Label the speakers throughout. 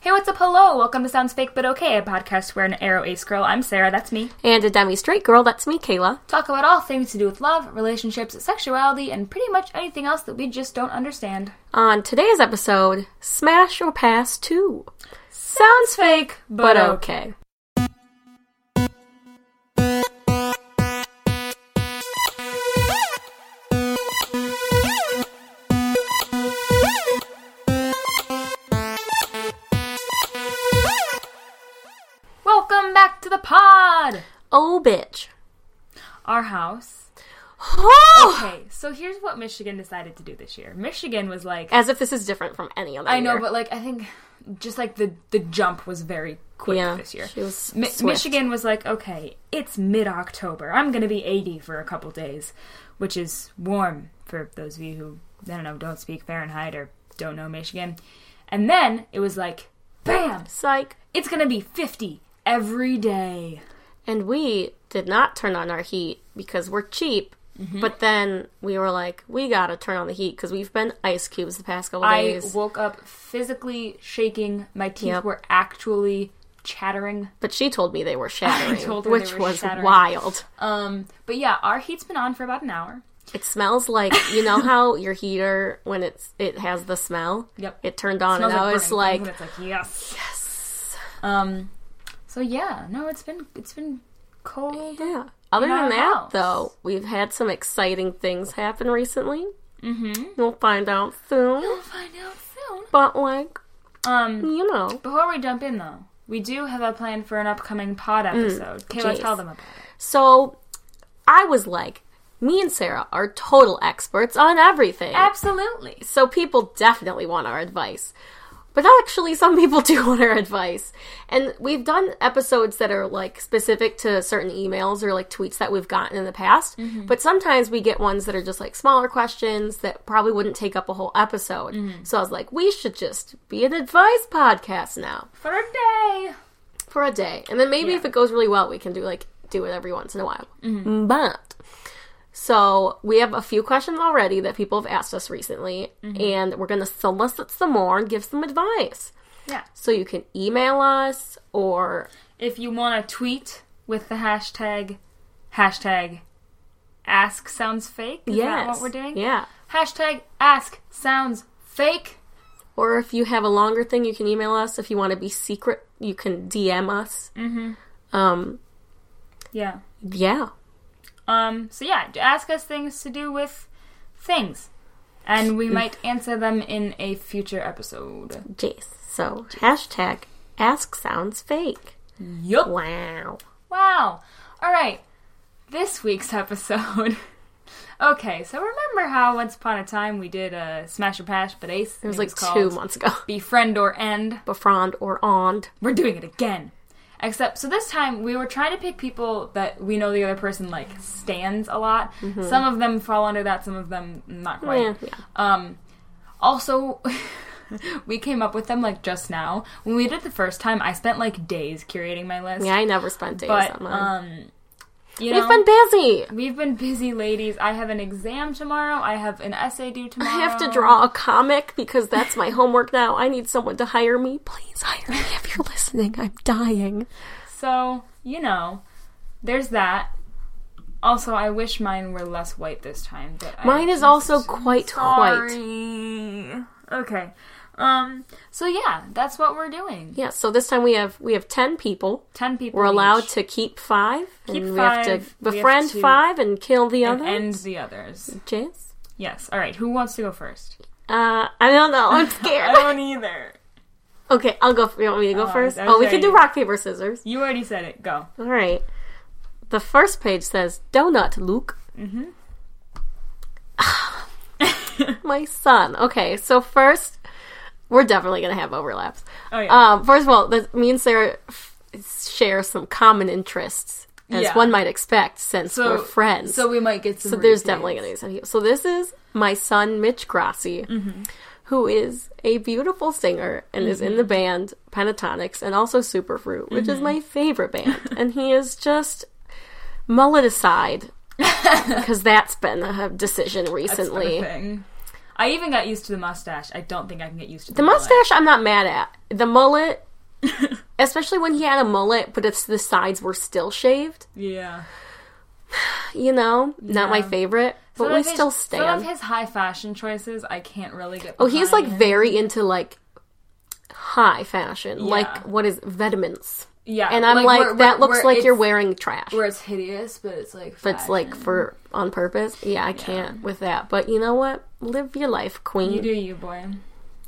Speaker 1: Hey, what's up? Hello. Welcome to Sounds Fake But Okay, a podcast where an arrow ace girl, I'm Sarah, that's me,
Speaker 2: And a demi straight girl, that's me, Kayla.
Speaker 1: talk about all things to do with love, relationships, sexuality, and pretty much anything else that we just don't understand.
Speaker 2: On today's episode, Smash or Pass 2. Sounds fake, but okay.
Speaker 1: Welcome back to the pod!
Speaker 2: Oh, bitch.
Speaker 1: Our house.
Speaker 2: Oh!
Speaker 1: Okay, so here's what Michigan decided to do this year. Michigan was like,
Speaker 2: As if this is different from any other
Speaker 1: I know,
Speaker 2: year.
Speaker 1: but like, I think just like the, the jump was very quick
Speaker 2: yeah,
Speaker 1: this year.
Speaker 2: she was
Speaker 1: Mi-
Speaker 2: swift.
Speaker 1: Michigan was like, okay, it's mid October. I'm going to be 80 for a couple days, which is warm for those of you who, I don't know, don't speak Fahrenheit or don't know Michigan. And then it was like, bam,
Speaker 2: Psych.
Speaker 1: it's going to be 50 every day.
Speaker 2: And we did not turn on our heat because we're cheap.
Speaker 1: Mm-hmm.
Speaker 2: But then we were like, we gotta turn on the heat because we've been ice cubes the past couple
Speaker 1: I
Speaker 2: days.
Speaker 1: woke up physically shaking. My teeth
Speaker 2: Yep.
Speaker 1: were actually chattering.
Speaker 2: but she told me they were shattering,
Speaker 1: told her they
Speaker 2: which
Speaker 1: were
Speaker 2: was
Speaker 1: shattering.
Speaker 2: wild.
Speaker 1: Um, but yeah, our heat's been on for about an hour.
Speaker 2: It smells like you know how your heater when it's it has the smell.
Speaker 1: Yep.
Speaker 2: It turned on,
Speaker 1: Smells
Speaker 2: and I was
Speaker 1: burning
Speaker 2: like,
Speaker 1: things, and it's like yes, yes. Um, so yeah, no, it's been it's been cold.
Speaker 2: yeah. Other
Speaker 1: In our
Speaker 2: than that,
Speaker 1: house.
Speaker 2: though, we've had some exciting things happen recently. Mm-hmm. We'll find out soon,
Speaker 1: We'll find out soon.
Speaker 2: but like
Speaker 1: Um,
Speaker 2: you know,
Speaker 1: before we jump in though, we do have a plan for an upcoming pod episode. Kayla,
Speaker 2: jeez.
Speaker 1: tell them about
Speaker 2: so I was like, me and Sarah are total experts on everything.
Speaker 1: it. Absolutely.
Speaker 2: So people definitely want our advice. But actually, some people do want our advice. And we've done episodes that are like specific to certain emails or like tweets that we've gotten in the past. But sometimes we get ones that are just like smaller questions that probably wouldn't take up a whole episode. So I was like, we should just be an advice podcast now
Speaker 1: For a day.
Speaker 2: for a day, and then maybe if it goes really well, we can do like do it every once in a while.
Speaker 1: Mm-hmm.
Speaker 2: But so we have a few questions already that people have asked us recently,
Speaker 1: Mm-hmm.
Speaker 2: and we're going to solicit some more and give some advice.
Speaker 1: Yeah.
Speaker 2: So you can email us or
Speaker 1: If you want to tweet with the hashtag hashtag ask sounds fake, is that
Speaker 2: yes,
Speaker 1: what we're doing?
Speaker 2: Yeah,
Speaker 1: Hashtag ask sounds fake.
Speaker 2: or if you have a longer thing, you can email us. If you want to be secret, you can DM us. Mm-hmm. Um,
Speaker 1: Yeah.
Speaker 2: yeah,
Speaker 1: Um, so yeah, j- ask us things to do with things. And we might answer them in a future episode.
Speaker 2: Jace. So hashtag ask sounds fake.
Speaker 1: Yup.
Speaker 2: Wow.
Speaker 1: Wow. All right. This week's episode. okay, so remember how once upon a time we did a smash or pass, but ace.
Speaker 2: It was like two months ago.
Speaker 1: Befriend or end.
Speaker 2: befriend or ond.
Speaker 1: We're doing it again. Except, so this time we were trying to pick people that we know the other person like stands a lot. Some of them fall under that, some of them not quite.
Speaker 2: Mm-hmm. Yeah, yeah.
Speaker 1: Um, also, we came up with them like just now. When we did it the first time, I spent like days curating my list.
Speaker 2: Yeah, I never spent days
Speaker 1: but
Speaker 2: on mine.
Speaker 1: um, you
Speaker 2: We've
Speaker 1: know,
Speaker 2: been busy.
Speaker 1: we've been busy, ladies. I have an exam tomorrow. I have an essay due
Speaker 2: I
Speaker 1: tomorrow.
Speaker 2: have to draw
Speaker 1: um,
Speaker 2: a comic because that's my homework now. I need someone to hire me. Please hire me if you're listening. I'm dying.
Speaker 1: So you know, there's that. Also, I wish mine were less white this time. But
Speaker 2: Mine
Speaker 1: I,
Speaker 2: is also quite white.
Speaker 1: Sorry. Okay. Um. So yeah, that's what we're doing.
Speaker 2: Yeah, so this time we have we have ten people.
Speaker 1: Ten people.
Speaker 2: We're allowed
Speaker 1: each
Speaker 2: to keep five.
Speaker 1: Keep
Speaker 2: and
Speaker 1: five,
Speaker 2: we
Speaker 1: we
Speaker 2: have
Speaker 1: have
Speaker 2: to befriend
Speaker 1: to-
Speaker 2: five and kill the
Speaker 1: and
Speaker 2: other.
Speaker 1: end the others.
Speaker 2: Jess?
Speaker 1: Yes. All right. Who wants to go first?
Speaker 2: Uh, I don't know. I'm
Speaker 1: I
Speaker 2: scared.
Speaker 1: don't either.
Speaker 2: okay, I'll go. You want me to go
Speaker 1: Oh,
Speaker 2: first?
Speaker 1: I'm
Speaker 2: Oh, we can
Speaker 1: sorry.
Speaker 2: do rock paper scissors.
Speaker 1: You already said it. Go.
Speaker 2: All right. The first page says donut, Luke. Mm-hmm. My son. Okay, so first, we're definitely gonna have overlaps.
Speaker 1: Oh yeah.
Speaker 2: Um, first of all, the, me and Sarah f- share some common interests, as
Speaker 1: Yeah.
Speaker 2: one might expect, since
Speaker 1: So-
Speaker 2: we're friends.
Speaker 1: so we might get some.
Speaker 2: So there's definitely gonna be some people. So this is my son Mitch Grassi,
Speaker 1: Mm-hmm.
Speaker 2: who is a beautiful singer and is in the
Speaker 1: Mm-hmm.
Speaker 2: band Pentatonics and also Superfruit, which is my favorite band. and he is just mullet aside because that's been a decision
Speaker 1: That's been a
Speaker 2: recently.
Speaker 1: thing. I even got used to the mustache. I don't think I can get used to the,
Speaker 2: The
Speaker 1: mullet.
Speaker 2: mustache, I'm not mad at. The mullet, especially when he had a mullet, but it's the sides were still shaved.
Speaker 1: Yeah.
Speaker 2: You know, not my
Speaker 1: Yeah.
Speaker 2: favorite, but
Speaker 1: Some
Speaker 2: we
Speaker 1: of his-
Speaker 2: still
Speaker 1: Some
Speaker 2: stand.
Speaker 1: of his high fashion choices, I can't really get.
Speaker 2: oh, he's like
Speaker 1: behind.
Speaker 2: very into like high fashion, like what is vitamins,
Speaker 1: yeah,
Speaker 2: and I'm like,
Speaker 1: where- where-
Speaker 2: that looks
Speaker 1: where
Speaker 2: like you're
Speaker 1: it's-
Speaker 2: wearing trash.
Speaker 1: where it's hideous, but it's like
Speaker 2: But it's like for on purpose. Yeah, I can't with that. But you know what? Live your life,
Speaker 1: you
Speaker 2: queen.
Speaker 1: do you, boy.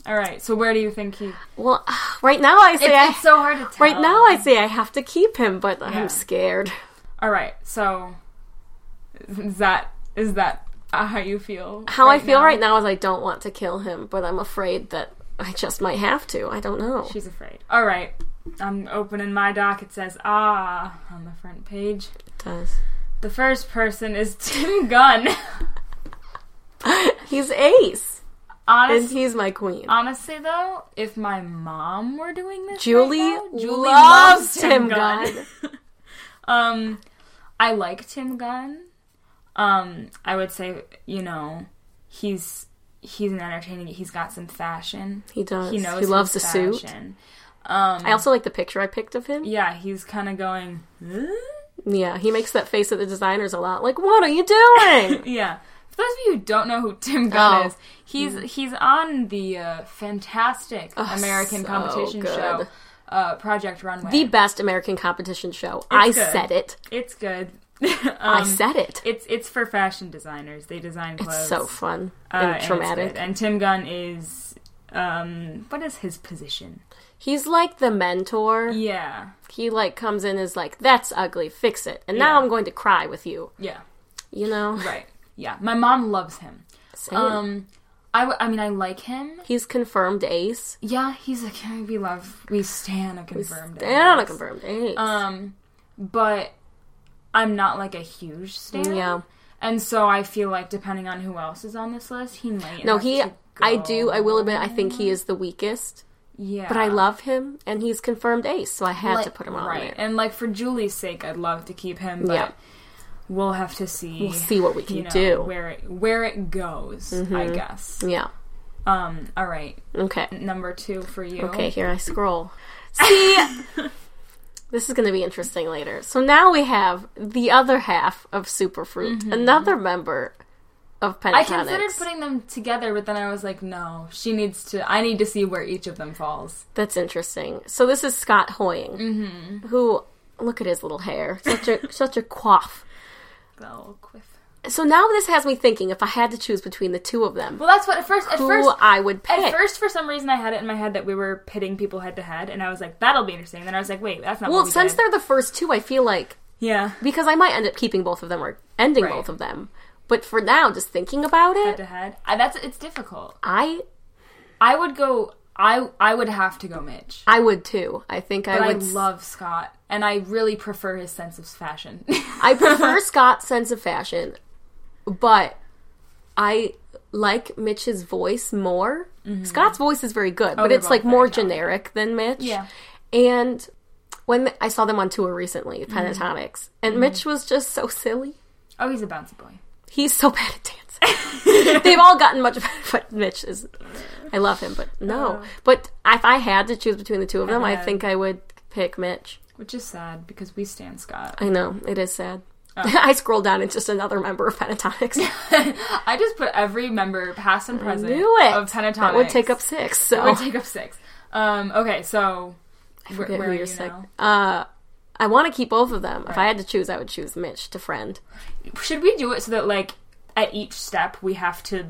Speaker 1: All right, so where do you think he?
Speaker 2: Well, right now I say
Speaker 1: It's,
Speaker 2: I
Speaker 1: it's so hard to tell.
Speaker 2: right now I say I have to keep him, but
Speaker 1: Yeah.
Speaker 2: I'm scared.
Speaker 1: All right, so is that is that uh, how you feel?
Speaker 2: How I feel right now is I don't want to kill him, but I'm afraid that I just might have to. I don't know.
Speaker 1: She's afraid. All right, I'm opening my doc. It says ah on the front page.
Speaker 2: does.
Speaker 1: The first person is Tim Gunn.
Speaker 2: He's ace, and
Speaker 1: Honestly,
Speaker 2: he's my queen.
Speaker 1: honestly though, if my mom were doing this, right
Speaker 2: Julie
Speaker 1: now, Julie
Speaker 2: loves
Speaker 1: loves
Speaker 2: Tim
Speaker 1: Tim Gunn. um, I like Tim Gunn. Um, I would say you know he's he's an entertaining. He's got some fashion.
Speaker 2: He does.
Speaker 1: He
Speaker 2: He,
Speaker 1: knows.
Speaker 2: loves the
Speaker 1: his
Speaker 2: suit.
Speaker 1: fashion. Um,
Speaker 2: I also like the picture I picked of him.
Speaker 1: yeah, he's kind of going. "Huh?"
Speaker 2: Yeah, he makes that face at the designers a lot. Like, what are you doing?
Speaker 1: Yeah. For those of you who don't know who Tim Gunn
Speaker 2: Oh.
Speaker 1: is, he's he's on the uh, fantastic American
Speaker 2: Oh, so
Speaker 1: competition
Speaker 2: good.
Speaker 1: show, uh, Project Runway.
Speaker 2: the best American competition show. I
Speaker 1: good.
Speaker 2: said it.
Speaker 1: it's good.
Speaker 2: I
Speaker 1: Um,
Speaker 2: said it.
Speaker 1: it's it's for fashion designers. They design clothes.
Speaker 2: It's so fun
Speaker 1: uh,
Speaker 2: and
Speaker 1: it's
Speaker 2: traumatic.
Speaker 1: good. And Tim Gunn is um what is his position?
Speaker 2: He's like the mentor.
Speaker 1: Yeah.
Speaker 2: He like comes in and is like, "That's ugly, fix it." And now
Speaker 1: Yeah.
Speaker 2: I'm going to cry with you.
Speaker 1: Yeah.
Speaker 2: You know,
Speaker 1: Right. Yeah. My mom loves him.
Speaker 2: Same.
Speaker 1: Um I, w- I mean I like him.
Speaker 2: he's confirmed ace.
Speaker 1: Yeah, he's a can we love we stan a confirmed.
Speaker 2: And a
Speaker 1: ace.
Speaker 2: confirmed ace.
Speaker 1: Um, but I'm not like a huge stan.
Speaker 2: Yeah.
Speaker 1: And so I feel like depending on who else is on this list, he might.
Speaker 2: no,
Speaker 1: have
Speaker 2: he.
Speaker 1: to
Speaker 2: I
Speaker 1: go.
Speaker 2: do. I will admit. I think he is the weakest,
Speaker 1: Yeah.
Speaker 2: but I love him, and he's confirmed ace, so I had to put him on
Speaker 1: right.
Speaker 2: there.
Speaker 1: And like for Julie's sake, I'd love to keep him, but
Speaker 2: Yeah.
Speaker 1: we'll have to see.
Speaker 2: We'll see what we can
Speaker 1: you know,
Speaker 2: do. Mm-hmm.
Speaker 1: where it where it goes. I guess.
Speaker 2: Yeah.
Speaker 1: Um. All right.
Speaker 2: Okay.
Speaker 1: Number two for you.
Speaker 2: Okay, here I scroll. See, this is going to be interesting later. So now we have the other half of Superfruit, another member of Pentatonics.
Speaker 1: Mm-hmm. I considered putting them together, but then I was like, no, she needs to. I need to see where each of them falls.
Speaker 2: That's interesting. So this is Scott Hoying,
Speaker 1: Mm-hmm.
Speaker 2: who look at his little hair, such a such a quaff.
Speaker 1: Well, quiff.
Speaker 2: So now this has me thinking if I had to choose between the two of them,
Speaker 1: Well, that's what at first. At
Speaker 2: who
Speaker 1: first,
Speaker 2: I would pick.
Speaker 1: At first, for some reason, I had it in my head that we were pitting people head to head, and I was like, "That'll be interesting." Then I was like, "Wait, that's not."
Speaker 2: well,
Speaker 1: what we
Speaker 2: since
Speaker 1: did.
Speaker 2: they're the first two, I feel like
Speaker 1: yeah,
Speaker 2: because I might end up keeping both of them or ending
Speaker 1: Right.
Speaker 2: both of them. But for now, just thinking about
Speaker 1: head
Speaker 2: it,
Speaker 1: to head, I- that's it's difficult.
Speaker 2: I
Speaker 1: I would go. I I would have to go Mitch.
Speaker 2: I would too. I think I
Speaker 1: But I
Speaker 2: would.
Speaker 1: love Scott, and I really prefer his sense of fashion.
Speaker 2: I prefer Scott's sense of fashion, but I like Mitch's voice more. Scott's voice is very good, but
Speaker 1: Mm-hmm. Oh, they're
Speaker 2: it's like
Speaker 1: both
Speaker 2: more
Speaker 1: very talented.
Speaker 2: generic than Mitch.
Speaker 1: Yeah.
Speaker 2: And when I saw them on tour recently,
Speaker 1: Mm-hmm.
Speaker 2: Pentatonics, and Mitch was just so silly.
Speaker 1: oh, he's a bouncy boy.
Speaker 2: He's so bad at dancing. They've all gotten much better, but Mitch is. I love him, but no.
Speaker 1: Oh.
Speaker 2: but if I had to choose between the two of them, I
Speaker 1: then-
Speaker 2: think I would pick Mitch.
Speaker 1: Which is sad because we stand Scott.
Speaker 2: I know it is sad.
Speaker 1: Oh.
Speaker 2: I scrolled down and just another member of Pentatonics.
Speaker 1: I just put every member, past and present,
Speaker 2: Knew it.
Speaker 1: of Pentatonic.
Speaker 2: That would take up six. So
Speaker 1: It would take up six. Um. Okay, so where,
Speaker 2: Forget
Speaker 1: where
Speaker 2: who
Speaker 1: are
Speaker 2: your
Speaker 1: you
Speaker 2: sec-
Speaker 1: now?
Speaker 2: Uh, I want to keep both of them. If I had to choose, I would choose Mitch to friend.
Speaker 1: should we do it so that like at each step we have to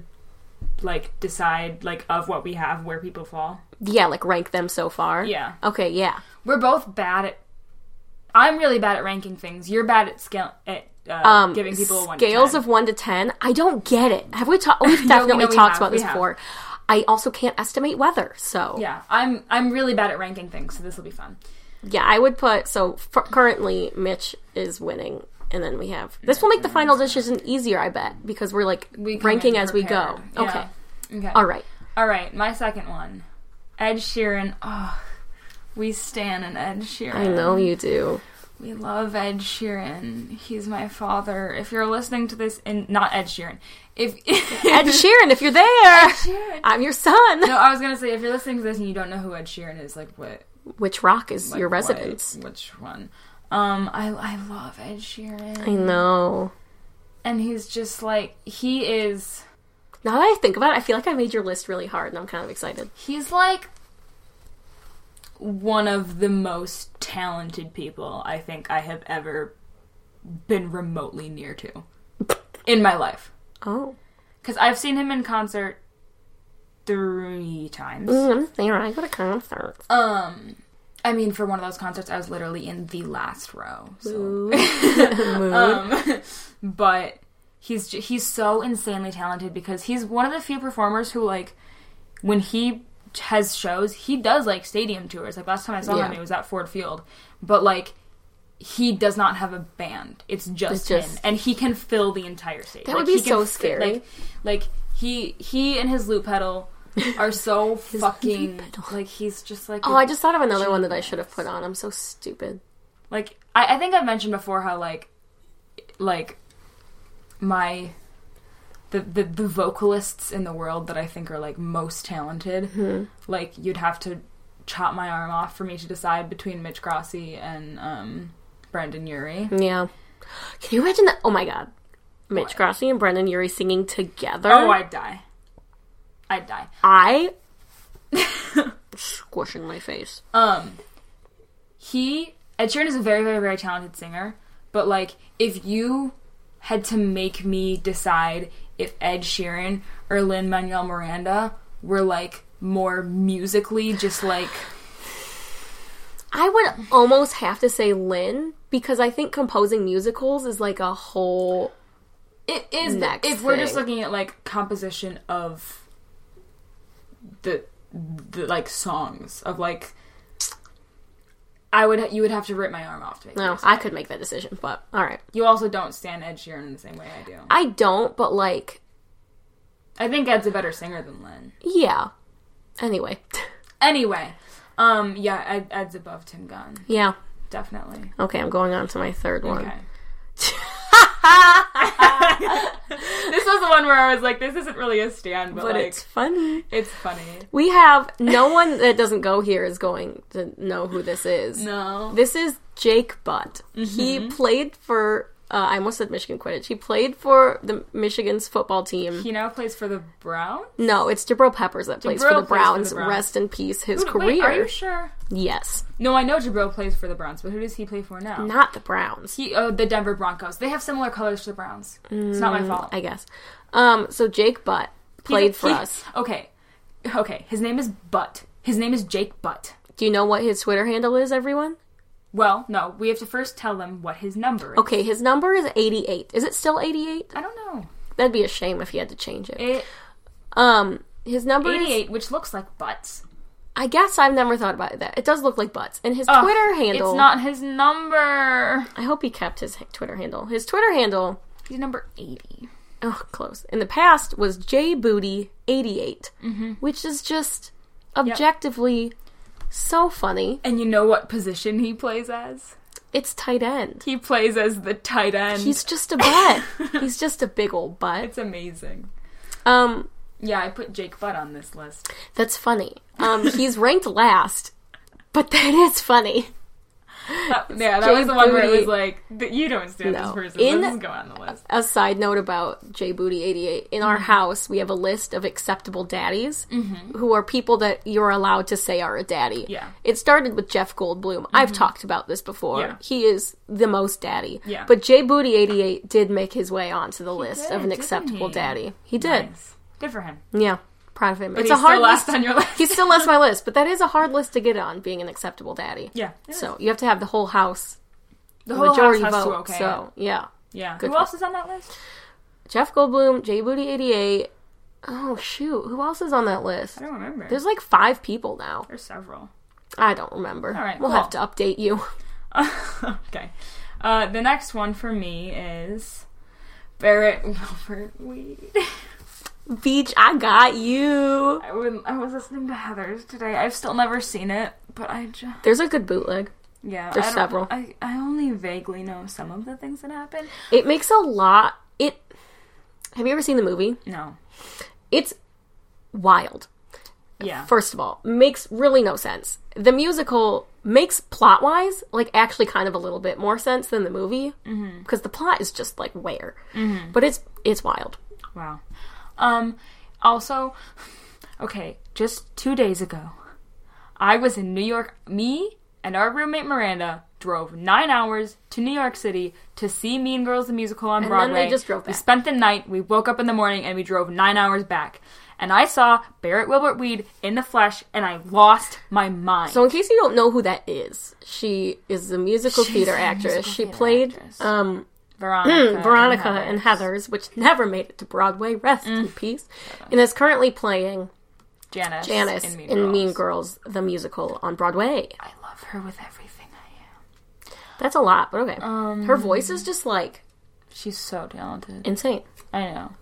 Speaker 1: like decide like of what we have where people fall
Speaker 2: Yeah, like rank them so far.
Speaker 1: yeah
Speaker 2: Okay. Yeah.
Speaker 1: we're both bad at i'm really bad at ranking things you're bad at scale at uh,
Speaker 2: Um,
Speaker 1: giving people a one
Speaker 2: scales
Speaker 1: to
Speaker 2: of one to ten. I don't get it. Have we talked? We've
Speaker 1: No, we-
Speaker 2: definitely
Speaker 1: no, we
Speaker 2: talked
Speaker 1: have,
Speaker 2: about
Speaker 1: we
Speaker 2: this
Speaker 1: have.
Speaker 2: before. I also can't estimate weather, so
Speaker 1: 10. yeah i'm i'm really bad at ranking things so this will be fun
Speaker 2: Yeah, I would put so f currently Mitch is winning, and then we have this will make the final decision easier, I bet, because we're like
Speaker 1: we come
Speaker 2: ranking
Speaker 1: in
Speaker 2: as we go.
Speaker 1: prepared.
Speaker 2: Okay,
Speaker 1: Yeah. okay
Speaker 2: all right.
Speaker 1: all right my second one ed sheeran oh we stan an ed sheeran
Speaker 2: I know you do.
Speaker 1: We love Ed Sheeran. He's my father. If you're listening to this, and not Ed Sheeran, if
Speaker 2: Ed Sheeran, if you're there,
Speaker 1: Sheeran.
Speaker 2: I'm your son.
Speaker 1: No, I was gonna say if you're listening to this and you don't know who Ed Sheeran is, like what
Speaker 2: Which rock is
Speaker 1: like,
Speaker 2: your
Speaker 1: what-
Speaker 2: residence?
Speaker 1: which one? Um, I I love Ed Sheeran,
Speaker 2: I know.
Speaker 1: and he's just like he is.
Speaker 2: Now that I think about it, I feel like I made your list really hard, and I'm kind of excited.
Speaker 1: He's like one of the most talented people I think I have ever been remotely near to in my life.
Speaker 2: Oh,
Speaker 1: Because I've seen him in concert three times.
Speaker 2: Mm, I'm there. I go to concerts.
Speaker 1: Um, I mean, for one of those concerts, I was literally in the last row. So.
Speaker 2: Ooh.
Speaker 1: Um, but he's j- he's so insanely talented because he's one of the few performers who like when he has shows, he does like stadium tours. Like last time I saw him,
Speaker 2: Yeah.
Speaker 1: it was at Ford Field. But like. He does not have a band. It's just,
Speaker 2: It's just-
Speaker 1: him, and he can fill the entire stage.
Speaker 2: That would
Speaker 1: he
Speaker 2: be
Speaker 1: can
Speaker 2: so
Speaker 1: fit-
Speaker 2: scary.
Speaker 1: like, like he he and his loop pedal are so fucking like he's just like
Speaker 2: Oh, I just thought of another one that I should have put on. I'm so stupid.
Speaker 1: like I, I think I've mentioned before how like like my the, the the vocalists in the world that I think are like most talented like you'd have to chop my arm off for me to decide between Mitch Grassi and um Brendan Urie.
Speaker 2: Yeah. Can you imagine that? Oh my god. Mitch Grassi and Brendan Urie singing together.
Speaker 1: Oh, I'd die. I'd die.
Speaker 2: I squishing my face.
Speaker 1: Um, he Ed Sheeran is a very, very, very talented singer. But like, if you had to make me decide if Ed Sheeran or Lin Manuel Miranda were like more musically, just like
Speaker 2: I would almost have to say Lynn because I think composing musicals is like a whole.
Speaker 1: it is.
Speaker 2: Next
Speaker 1: if we're just
Speaker 2: thing.
Speaker 1: looking at like composition of the the like songs of like. I would you would have to rip my arm off to make me
Speaker 2: No,
Speaker 1: decide.
Speaker 2: I could make that decision, but all right,
Speaker 1: You also don't stand Ed Sheeran in the same way I do.
Speaker 2: I don't. But like,
Speaker 1: I think Ed's a better singer than Lin.
Speaker 2: yeah. Anyway,
Speaker 1: Anyway, um, yeah, Ed, Ed's above Tim Gunn,
Speaker 2: yeah.
Speaker 1: definitely.
Speaker 2: Okay, I'm going on to my third one.
Speaker 1: Okay. this was the one where I was like, this isn't really a stand, but,
Speaker 2: But
Speaker 1: like,
Speaker 2: it's funny.
Speaker 1: it's funny.
Speaker 2: We have no one that doesn't go here is going to know who this is.
Speaker 1: No. Mm-hmm.
Speaker 2: This is Jake Butt. He played for. Uh, I almost said Michigan Quidditch. He played for the Michigan's football team.
Speaker 1: He now plays for the Browns?
Speaker 2: No, it's Jabril Peppers that plays
Speaker 1: Jabril
Speaker 2: for the
Speaker 1: plays for the
Speaker 2: Browns.
Speaker 1: Browns.
Speaker 2: Rest in peace, his
Speaker 1: Wait,
Speaker 2: career.
Speaker 1: are you sure?
Speaker 2: Yes,
Speaker 1: No, I know Jabril plays for the Browns, but who does he play for now?
Speaker 2: not the Browns.
Speaker 1: He, oh, the Denver Broncos. They have similar colors to the Browns. It's not my fault.
Speaker 2: Mm, I guess. Um. So Jake Butt
Speaker 1: He-
Speaker 2: played for
Speaker 1: he-
Speaker 2: us.
Speaker 1: Okay. Okay. His name is Butt. His name is Jake Butt.
Speaker 2: Do you know what his Twitter handle is? Everyone.
Speaker 1: Well, no, we have to first tell them what his number is.
Speaker 2: Okay, his number is 88. Is it still 88?
Speaker 1: I don't know.
Speaker 2: That'd be a shame if he had to change it.
Speaker 1: It,
Speaker 2: Um, his number is
Speaker 1: 88, which looks like butts.
Speaker 2: I guess I've never thought about that. It does look like butts. And his
Speaker 1: Ugh,
Speaker 2: Twitter handle.
Speaker 1: It's not his number.
Speaker 2: I hope he kept his Twitter handle. His Twitter handle,
Speaker 1: He's number 80.
Speaker 2: oh, close. In the past was jbooty88,
Speaker 1: Mm-hmm.
Speaker 2: which is just objectively so funny.
Speaker 1: And you know what position he plays as?
Speaker 2: It's tight end.
Speaker 1: He plays as the tight end.
Speaker 2: He's just a butt. He's just a big old butt.
Speaker 1: it's amazing.
Speaker 2: Um,
Speaker 1: Yeah, I put Jake Butt on this list.
Speaker 2: that's funny. Um, he's ranked last, but that is funny.
Speaker 1: That, yeah, that was the one where it was like, "Th- you don't stand
Speaker 2: No.
Speaker 1: this person.
Speaker 2: In-
Speaker 1: Let's go on the list.
Speaker 2: a side note about J Booty 88. In our house, we have a list of acceptable daddies who are people that you're allowed to say are a daddy.
Speaker 1: Yeah. Mm-hmm.
Speaker 2: It started with Jeff Goldblum. I've talked about this before.
Speaker 1: Yeah.
Speaker 2: He is the most daddy.
Speaker 1: Yeah.
Speaker 2: But J Booty 88 did make his way onto the list
Speaker 1: did,
Speaker 2: of an
Speaker 1: didn't
Speaker 2: acceptable
Speaker 1: he?
Speaker 2: daddy. He did.
Speaker 1: Nice. Good for him.
Speaker 2: Yeah. Proud of him.
Speaker 1: But
Speaker 2: it's
Speaker 1: he's
Speaker 2: a hard
Speaker 1: still last
Speaker 2: list.
Speaker 1: on your list.
Speaker 2: He still left my list, but that is a hard list to get on being an acceptable daddy.
Speaker 1: yeah. it is.
Speaker 2: So you have to have the whole house,
Speaker 1: the
Speaker 2: the
Speaker 1: whole
Speaker 2: majority
Speaker 1: house has
Speaker 2: vote.
Speaker 1: to okay.
Speaker 2: So, yeah.
Speaker 1: yeah.
Speaker 2: Good
Speaker 1: Who
Speaker 2: for-
Speaker 1: else is on that list?
Speaker 2: Jeff Goldblum, J Booty 88. Oh, shoot. Who else is on that list?
Speaker 1: I don't remember.
Speaker 2: There's like five people now.
Speaker 1: There's several.
Speaker 2: I don't remember.
Speaker 1: All right,
Speaker 2: we'll
Speaker 1: cool.
Speaker 2: have to update you.
Speaker 1: okay. Uh, the next one for me is Barrett Wilbert Weed.
Speaker 2: Beach, I got you.
Speaker 1: I, would, I was listening to Heather's today. I've still never seen it, but I just.
Speaker 2: There's a good bootleg.
Speaker 1: Yeah,
Speaker 2: There's
Speaker 1: I don't-
Speaker 2: several.
Speaker 1: I, I only vaguely know some of the things that happen.
Speaker 2: It makes a lot. It. Have you ever seen the movie?
Speaker 1: No,
Speaker 2: It's wild.
Speaker 1: yeah,
Speaker 2: First of all, makes really no sense. The musical makes plot wise, like actually kind of a little bit more sense than the movie mm-hmm. because the plot is just like where, mm-hmm. but it's it's wild.
Speaker 1: wow. Um, also, okay, just two days ago, I was in New York. Me and our roommate Miranda drove nine hours to New York City to see Mean Girls the musical on
Speaker 2: And then they
Speaker 1: Broadway.
Speaker 2: just drove
Speaker 1: We
Speaker 2: back.
Speaker 1: spent the night. We woke up in the morning and we drove nine hours back. And I saw Barrett Wilbert Weed in the flesh, and I lost my mind.
Speaker 2: So, in case you don't know who that is, she is a musical
Speaker 1: She's
Speaker 2: theater
Speaker 1: a
Speaker 2: actress.
Speaker 1: musical
Speaker 2: she
Speaker 1: theater
Speaker 2: played
Speaker 1: actress.
Speaker 2: um,
Speaker 1: Veronica, and
Speaker 2: Veronica
Speaker 1: Heather.
Speaker 2: and Heather's, which never made it to Broadway. Rest
Speaker 1: Mm.
Speaker 2: in peace. And is currently playing
Speaker 1: Janice,
Speaker 2: Janice
Speaker 1: in Mean,
Speaker 2: in
Speaker 1: Girls.
Speaker 2: Mean Girls, the musical on Broadway.
Speaker 1: I love her with everything I am.
Speaker 2: That's a lot, but okay.
Speaker 1: Um,
Speaker 2: Her voice is just like
Speaker 1: She's so talented.
Speaker 2: insane.
Speaker 1: I know.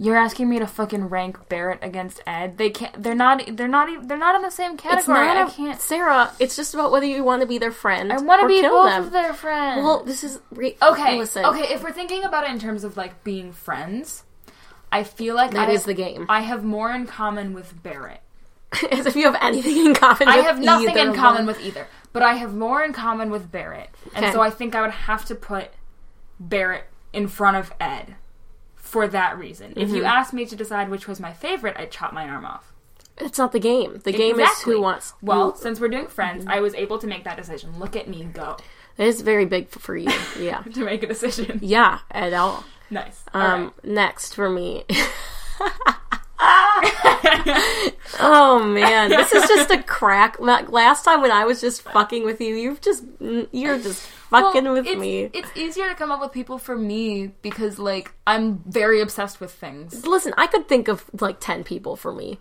Speaker 1: You're asking me to fucking rank Barrett against Ed. They can't. They're not. They're not. Even, they're not in the same
Speaker 2: It's
Speaker 1: category.
Speaker 2: not
Speaker 1: I
Speaker 2: I
Speaker 1: I can't.
Speaker 2: Sarah. It's just about whether you want to be their friend.
Speaker 1: I want
Speaker 2: or
Speaker 1: to be
Speaker 2: kill
Speaker 1: both
Speaker 2: them.
Speaker 1: of their friends.
Speaker 2: Well, this is re-
Speaker 1: okay.
Speaker 2: Listen,
Speaker 1: Okay. If we're thinking about it in terms of like being friends, I feel like
Speaker 2: That
Speaker 1: I
Speaker 2: is
Speaker 1: have-
Speaker 2: the game.
Speaker 1: I have more in common with Barrett.
Speaker 2: As if you have anything in common.
Speaker 1: I
Speaker 2: with
Speaker 1: have nothing
Speaker 2: either
Speaker 1: in
Speaker 2: of
Speaker 1: common
Speaker 2: them.
Speaker 1: with either, but I have more in common with Barrett, and
Speaker 2: Okay.
Speaker 1: so I think I would have to put Barrett in front of Ed for that reason. If
Speaker 2: Mm-hmm.
Speaker 1: you asked me to decide which was my favorite, I'd chop my arm off.
Speaker 2: It's not the game. The game is
Speaker 1: Exactly.
Speaker 2: who wants. Mhm.
Speaker 1: Well, since we're doing friends, I was able to make that decision. Look at me go
Speaker 2: It is very big f- for you. Yeah.
Speaker 1: to make a decision.
Speaker 2: yeah, at all.
Speaker 1: nice.
Speaker 2: Um, next for me. oh man, this is just a crack. La- Last time when I was just fucking with you, you've just you're just fucking
Speaker 1: Well,
Speaker 2: with
Speaker 1: it's,
Speaker 2: me.
Speaker 1: It's easier to come up with people for me because, like, I'm very obsessed with things.
Speaker 2: Listen, I could think of like ten people for me.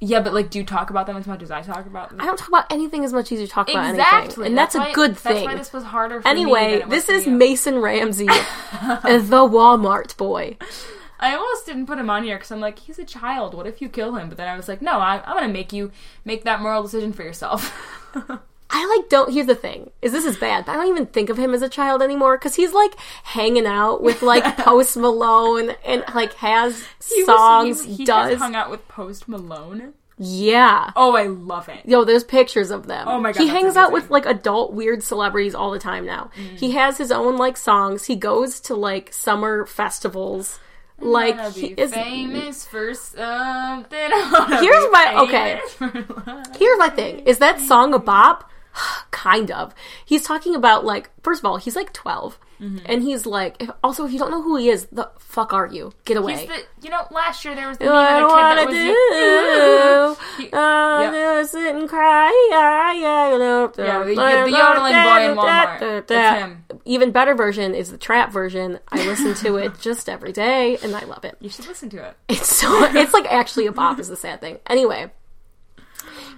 Speaker 1: Yeah, but like, do you talk about them as much as I talk about them?
Speaker 2: I don't talk about anything as much as you talk about anything,
Speaker 1: Exactly,
Speaker 2: and that's,
Speaker 1: why-
Speaker 2: a good
Speaker 1: That's
Speaker 2: thing.
Speaker 1: why this was harder. For me
Speaker 2: anyway,
Speaker 1: than it was
Speaker 2: this
Speaker 1: for
Speaker 2: is
Speaker 1: you.
Speaker 2: Mason Ramsey, the Walmart boy.
Speaker 1: I almost didn't put him on here because I'm like, he's a child. What if you kill him? But then I was like, no, I, I'm gonna make you make that moral decision for yourself.
Speaker 2: I like don't. Here's the thing: is this is bad, but I don't even think of him as a child anymore because he's like hanging out with like Post Malone and like has
Speaker 1: He was-
Speaker 2: songs.
Speaker 1: he, he
Speaker 2: does
Speaker 1: has hung out with Post Malone.
Speaker 2: yeah.
Speaker 1: Oh, I love it.
Speaker 2: Yo, there's pictures of them.
Speaker 1: Oh my God,
Speaker 2: He
Speaker 1: that's
Speaker 2: hangs out
Speaker 1: amazing. Mm.
Speaker 2: with like adult weird celebrities all the time now. He has his own like songs. He goes to like summer festivals. Like
Speaker 1: Wanna
Speaker 2: he
Speaker 1: be
Speaker 2: is
Speaker 1: famous for something. Wanna
Speaker 2: Here's
Speaker 1: be
Speaker 2: my- okay.
Speaker 1: famous for love.
Speaker 2: Here's my thing: is that song a bop? kind of. He's talking about like first of all, he's like 12
Speaker 1: Mm-hmm.
Speaker 2: and he's like. If, also, if you don't know who he is, the fuck are you? Get away!
Speaker 1: He's the, you know, last year there was the meme
Speaker 2: What
Speaker 1: of the
Speaker 2: do
Speaker 1: kid
Speaker 2: I
Speaker 1: that was.
Speaker 2: do?
Speaker 1: He-
Speaker 2: I
Speaker 1: Yep.
Speaker 2: wanna sit and cry. Yeah, yeah, you know,
Speaker 1: Yeah, the- the yodeling boy in Walmart. It's him.
Speaker 2: Even better version is the trap version. I listen to it just every day, and I love it.
Speaker 1: You should listen to it.
Speaker 2: It's so it's like actually a bop is the sad thing. Anyway,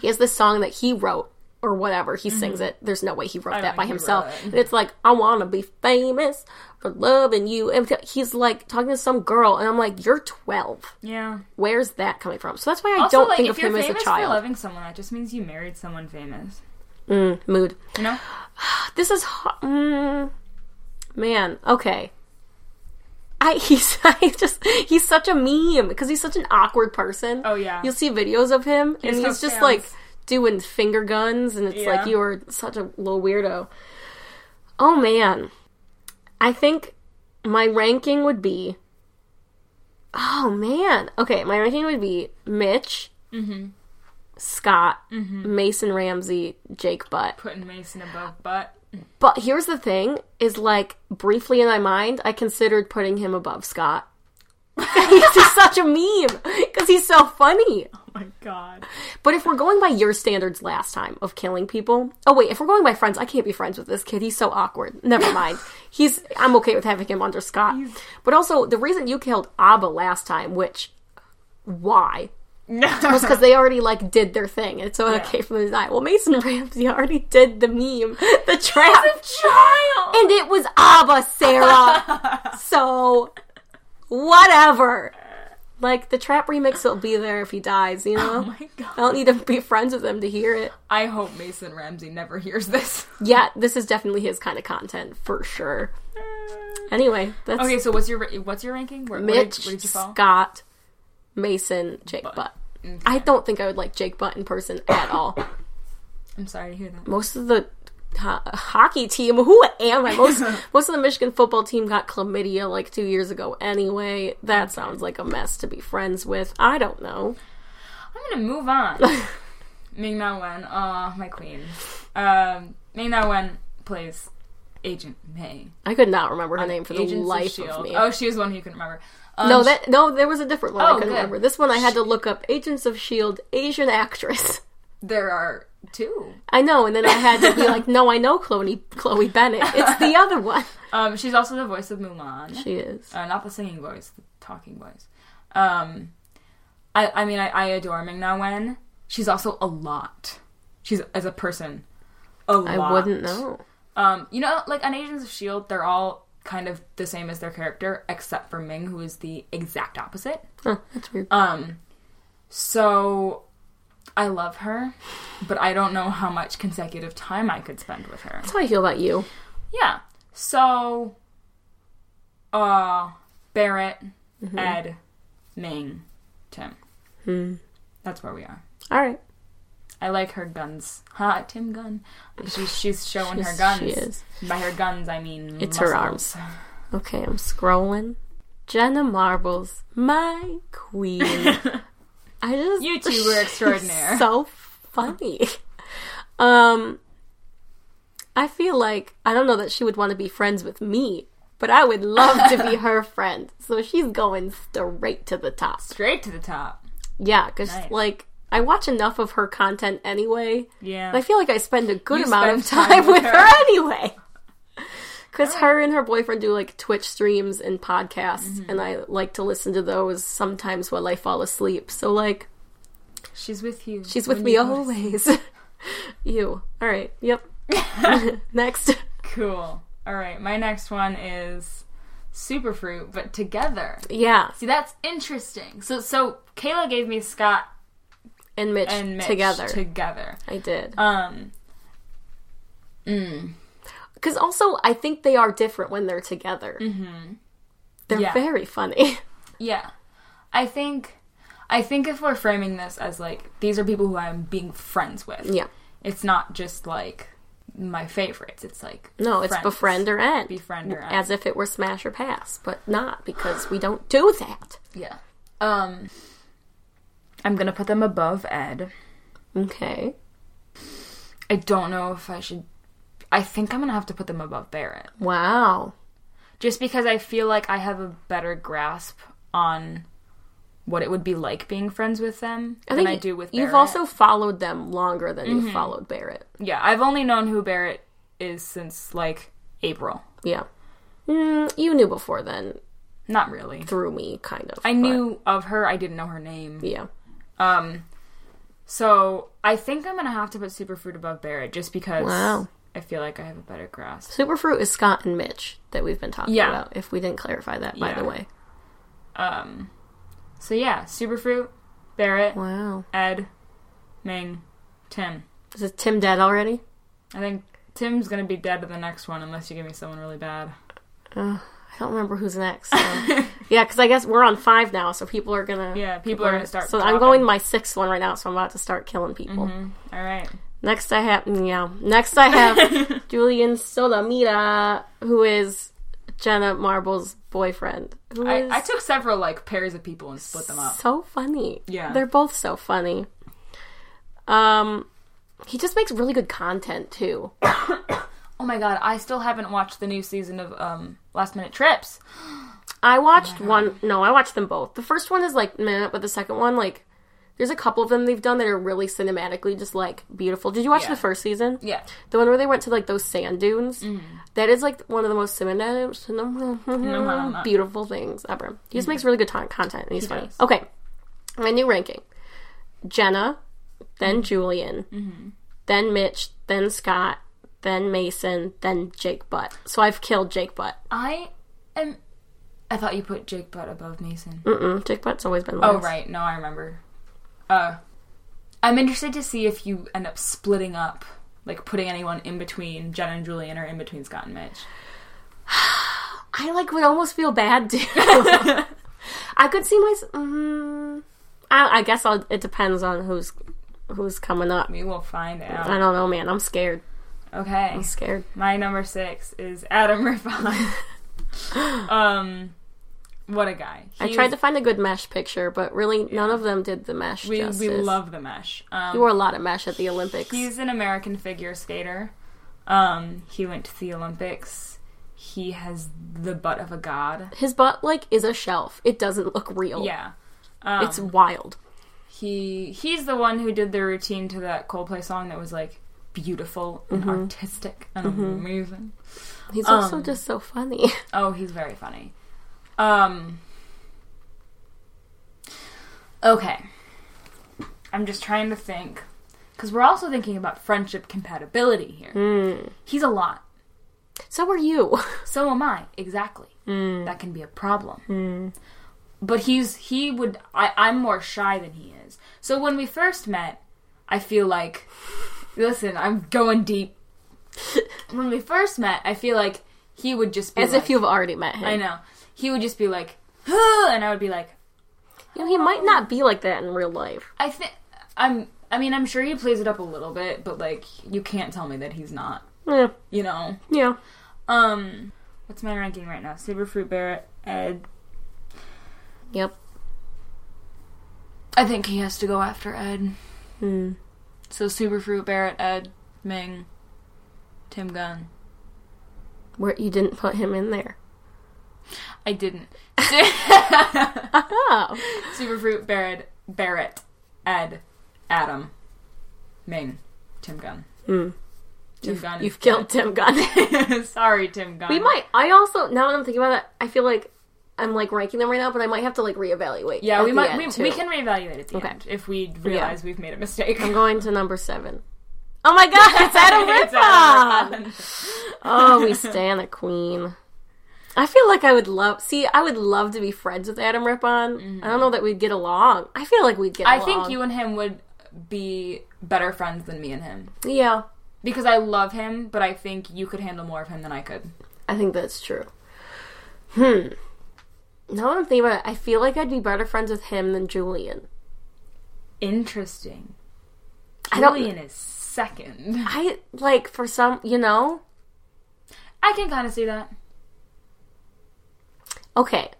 Speaker 2: he has this song that he wrote or whatever he sings it. There's no way he wrote that
Speaker 1: think Mm-hmm.
Speaker 2: by
Speaker 1: he
Speaker 2: himself.
Speaker 1: wrote it.
Speaker 2: And it's like I want to be famous for loving you. And he's like talking to some girl, and I'm like, you're 12.
Speaker 1: Yeah.
Speaker 2: Where's that coming from? So that's why I
Speaker 1: Also,
Speaker 2: don't
Speaker 1: like,
Speaker 2: think
Speaker 1: if
Speaker 2: of
Speaker 1: you're
Speaker 2: him as a
Speaker 1: famous for
Speaker 2: child.
Speaker 1: loving someone, that just means you married someone famous.
Speaker 2: Mm, mood.
Speaker 1: You know?
Speaker 2: This is ho- mm, man. Okay. I he's I just he's such a meme because he's such an awkward person.
Speaker 1: Oh, yeah.
Speaker 2: You'll see videos of him and
Speaker 1: has no
Speaker 2: he's just
Speaker 1: fans.
Speaker 2: like doing finger guns and it's
Speaker 1: Yeah.
Speaker 2: like you are such a little weirdo. Oh man. I think my ranking would be Oh man. Okay, my ranking would be Mitch,
Speaker 1: Mm-hmm.
Speaker 2: Scott, Mason Ramsey, Jake Butt.
Speaker 1: Putting Mason above butt.
Speaker 2: But here's the thing is like briefly in my mind, I considered putting him above Scott. he's just such a meme because he's so funny.
Speaker 1: Oh my god.
Speaker 2: But if we're going by your standards last time of killing people, oh wait, if we're going by friends, I can't be friends with this kid. He's so awkward. Never mind. He's I'm okay with having him under Scott. But also the reason you killed Abba last time, which why? was because they already like did their thing, and so it came from the die. Well, Mason Ramsey already did the meme, the trap,
Speaker 1: Child!
Speaker 2: and it was Abba Sarah. so whatever. Like the trap remix will be there if he dies, you know?
Speaker 1: Oh my
Speaker 2: I
Speaker 1: god.
Speaker 2: don't need to be friends with him to hear it.
Speaker 1: I hope Mason Ramsey never hears this.
Speaker 2: Yeah, this is definitely his kind of content for sure. Anyway, that's
Speaker 1: Okay, so what's your ra- what's your ranking? Where, where did,
Speaker 2: Mitch,
Speaker 1: where did you fall? Mm,
Speaker 2: Scott, Mason, Jake Butt. I don't think I would like Jake Butt in person at all.
Speaker 1: I'm sorry to hear that.
Speaker 2: most of the ho- hockey team, who am I? Most most of the Michigan football team got chlamydia like two years ago. Anyway, that sounds like a mess to be friends with. I don't know.
Speaker 1: I'm gonna move on. Ming Na Wen, oh my queen. Um, Ming Na Wen plays Agent May.
Speaker 2: I could not remember her name for the
Speaker 1: Agents
Speaker 2: life
Speaker 1: of,
Speaker 2: of,
Speaker 1: Shield.
Speaker 2: me.
Speaker 1: Oh, she was one you couldn't remember. Um,
Speaker 2: no, that no, there was a different one.
Speaker 1: Oh,
Speaker 2: I couldn't
Speaker 1: good.
Speaker 2: remember. This one I had to look up. Agents of Shield, E Asian actress.
Speaker 1: there are two.
Speaker 2: I know, and then I had to be like, no, I know Chloe Chloe Bennett. It's the other one.
Speaker 1: Um, she's also the voice of Mulan.
Speaker 2: She is.
Speaker 1: uh, not the singing voice, the talking voice. Um, I I mean I, I adore Ming Na Wen. She's also a lot. She's as a person, a lot.
Speaker 2: I wouldn't know.
Speaker 1: Um, you know, like on Agents of Shield, E they're all kind of the same as their character, except for Ming, who is the exact opposite.
Speaker 2: Huh, that's weird.
Speaker 1: Um, so I love her, but I don't know how much consecutive time I could spend with her.
Speaker 2: that's how I feel about you.
Speaker 1: Yeah. So, uh, Barrett,
Speaker 2: Mm-hmm.
Speaker 1: Ed, Ming, Tim.
Speaker 2: Hmm.
Speaker 1: That's where we are.
Speaker 2: All right.
Speaker 1: I like her guns. Ha, Tim Gun. She's she's showing her
Speaker 2: She's-
Speaker 1: guns.
Speaker 2: She is.
Speaker 1: By her guns, I mean
Speaker 2: It's her
Speaker 1: muscles.
Speaker 2: Okay, I'm scrolling. Jenna Marbles, my queen. I just
Speaker 1: You two were extraordinaire.
Speaker 2: so funny. Um, I feel like I don't know that she would want to be friends with me, but I would love to be her friend. So she's going straight to the top.
Speaker 1: Straight to the top.
Speaker 2: Yeah, because
Speaker 1: Nice.
Speaker 2: like I watch enough of her content anyway.
Speaker 1: Yeah.
Speaker 2: And I feel like I spend a good
Speaker 1: You
Speaker 2: amount of
Speaker 1: spend
Speaker 2: time, with her, anyway. Because her and her boyfriend do like Twitch streams and podcasts,
Speaker 1: Mm-hmm.
Speaker 2: and I like to listen to those sometimes while I fall asleep. So, like,
Speaker 1: she's with you.
Speaker 2: she's with
Speaker 1: when
Speaker 2: me
Speaker 1: you-
Speaker 2: always. you. All right. Yep. Next.
Speaker 1: Cool. All right. My next one is Superfruit, but together.
Speaker 2: Yeah.
Speaker 1: See, that's interesting. So, so Kayla gave me Scott
Speaker 2: And Mitch,
Speaker 1: and Mitch
Speaker 2: together.
Speaker 1: Together.
Speaker 2: I did.
Speaker 1: Um,
Speaker 2: Because also, I think they are different when they're together. Mm-hmm. They're
Speaker 1: Yeah.
Speaker 2: very funny.
Speaker 1: yeah. I think I think if we're framing this as like these are people who I'm being friends with.
Speaker 2: yeah.
Speaker 1: It's not just like my favorites. It's like
Speaker 2: No, it's
Speaker 1: friends.
Speaker 2: befriend or end.
Speaker 1: Befriend or
Speaker 2: As if it were smash or pass, but not because we don't do that.
Speaker 1: Yeah. Um I'm going to put them above Ed.
Speaker 2: Okay.
Speaker 1: I don't know if I should I think I'm going to have to put them above Barrett.
Speaker 2: Wow.
Speaker 1: just because I feel like I have a better grasp on what it would be like being friends with them than I do with Barrett. Mm-hmm.
Speaker 2: You've also followed them longer than you followed Barrett.
Speaker 1: yeah, I've only known who Barrett is since like April.
Speaker 2: Yeah. Mm, you knew before then,
Speaker 1: Not really.
Speaker 2: through me, kind of.
Speaker 1: I knew of her. I didn't know her name.
Speaker 2: Yeah.
Speaker 1: Um, so I think I'm gonna have to put Superfruit above Barrett just because
Speaker 2: Wow.
Speaker 1: I feel like I have a better grasp.
Speaker 2: Superfruit is Scott and Mitch that we've been talking
Speaker 1: Yeah.
Speaker 2: about, if we didn't clarify that, by
Speaker 1: Yeah.
Speaker 2: the way.
Speaker 1: Um, so yeah, Superfruit, Barrett,
Speaker 2: Wow.
Speaker 1: Ed, Ming, Tim.
Speaker 2: Is it Tim dead already?
Speaker 1: I think Tim's gonna be dead to the next one unless you give me someone really bad.
Speaker 2: I don't remember who's next. So. yeah, because I guess we're on five now, so people are going to.
Speaker 1: Yeah, people are gonna start. Mm-hmm.
Speaker 2: So I'm going my sixth one right now, so I'm about to start killing people.
Speaker 1: All right.
Speaker 2: Next, I have yeah. Next, I have Julian Solomita, who is Jenna Marble's boyfriend. Who
Speaker 1: I,
Speaker 2: is
Speaker 1: I took several like pairs of people and split them up.
Speaker 2: so funny.
Speaker 1: Yeah.
Speaker 2: they're both so funny. Um, he just makes really good content too.
Speaker 1: Oh my god, I still haven't watched the new season of um Last Minute Trips.
Speaker 2: I watched one. No, I watched them both. The first one is like meh, but the second one like. There's a couple of them they've done that are really cinematically just like beautiful. Did you watch
Speaker 1: Yeah.
Speaker 2: the first season?
Speaker 1: Yeah.
Speaker 2: The one where they went to like those sand dunes. That is like one of the most cinematic,
Speaker 1: Mm. no.
Speaker 2: beautiful things ever. He just makes really good ton- content and he's
Speaker 1: Mm.
Speaker 2: funny.
Speaker 1: does.
Speaker 2: Okay, my new ranking: Jenna, then
Speaker 1: Mm-hmm.
Speaker 2: Julian, then Mitch, then Scott, then Mason, then Jake Butt. So I've killed Jake Butt.
Speaker 1: I am I thought you put Jake Butt above Mason.
Speaker 2: Mm-mm. Jake Butt's always been last.
Speaker 1: Oh right, no, I remember. Uh, I'm interested to see if you end up splitting up, like putting anyone in between Jen and Julian or in between Scott and Mitch.
Speaker 2: I like would almost feel bad too. I could see my. Mm, I, I guess I'll, it depends on who's who's coming up.
Speaker 1: We will find
Speaker 2: I
Speaker 1: out.
Speaker 2: don't know, man. I'm scared.
Speaker 1: Okay.
Speaker 2: I'm scared.
Speaker 1: My number six is Adam Riffon. um, what a guy!
Speaker 2: I
Speaker 1: He
Speaker 2: tried
Speaker 1: is-
Speaker 2: to find a good mesh picture, but really none of them did the mesh
Speaker 1: We,
Speaker 2: justice.
Speaker 1: we love the mesh. Um,
Speaker 2: He wore a lot of mesh at the Olympics.
Speaker 1: He's an American figure skater. Um, he went to the Olympics. He has the butt of a god.
Speaker 2: His butt like is a shelf. It doesn't look real.
Speaker 1: Yeah. Um,
Speaker 2: It's wild.
Speaker 1: he he's the one who did the routine to that Coldplay song that was like beautiful and
Speaker 2: Mm-hmm.
Speaker 1: artistic and amazing.
Speaker 2: He's
Speaker 1: um,
Speaker 2: also just so funny.
Speaker 1: Oh, he's very funny. Um Okay. I'm just trying to think cuz we're also thinking about friendship compatibility here.
Speaker 2: Hmm.
Speaker 1: He's a lot.
Speaker 2: so are you.
Speaker 1: So am I. Exactly.
Speaker 2: Hmm.
Speaker 1: That can be a problem. But he's he would I, I'm more shy than he is. So when we first met, I feel like listen, I'm going deep. when we first met, I feel like he would just be
Speaker 2: As
Speaker 1: like,
Speaker 2: if you've already met him.
Speaker 1: I know. He would just be like, "Huh," and I would be like,
Speaker 2: You know, he might not be like that in real life.
Speaker 1: I think I'm. I mean, I'm sure he plays it up a little bit, but like, you can't tell me that he's not.
Speaker 2: Yeah.
Speaker 1: You know.
Speaker 2: Yeah.
Speaker 1: Um, what's my ranking right now? Saberfruit Barrett, Ed.
Speaker 2: Yep.
Speaker 1: I think he has to go after Ed.
Speaker 2: Hmm.
Speaker 1: So Superfruit Barrett, Ed, Ming, Tim Gunn.
Speaker 2: Where you didn't put him in there.
Speaker 1: I didn't.
Speaker 2: Oh.
Speaker 1: Superfruit Barrett, Barrett, Ed, Adam, Ming, Tim Gunn.
Speaker 2: Hmm.
Speaker 1: Tim Gunn.
Speaker 2: You've killed Tim Gunn.
Speaker 1: Sorry, Tim Gunn.
Speaker 2: we might. I also now that I'm thinking about it, I feel like I'm like ranking them right now, but I might have to like reevaluate.
Speaker 1: Yeah,
Speaker 2: at
Speaker 1: we
Speaker 2: the
Speaker 1: might
Speaker 2: end,
Speaker 1: we,
Speaker 2: too.
Speaker 1: we can reevaluate at the
Speaker 2: Okay.
Speaker 1: end if we realize we've made a mistake.
Speaker 2: I'm going to number seven. Oh my god, it's Adam
Speaker 1: It's
Speaker 2: Rippon!
Speaker 1: Adam Rippon.
Speaker 2: oh, we stand a queen. I feel like I would love. See, I would love to be friends with Adam Rippon. I don't know that we'd get along. I feel like we'd get.
Speaker 1: Mm-hmm. I
Speaker 2: along.
Speaker 1: think you and him would be better friends than me and him
Speaker 2: Yeah,
Speaker 1: because I love him, but I think you could handle more of him than I could.
Speaker 2: I think that's true. Hmm. Now that I'm thinking about it, I feel like I'd be better friends with him than Julian.
Speaker 1: Interesting.
Speaker 2: I don't-
Speaker 1: Julian is second.
Speaker 2: I like for some, you know.
Speaker 1: I can kind of see that
Speaker 2: Okay,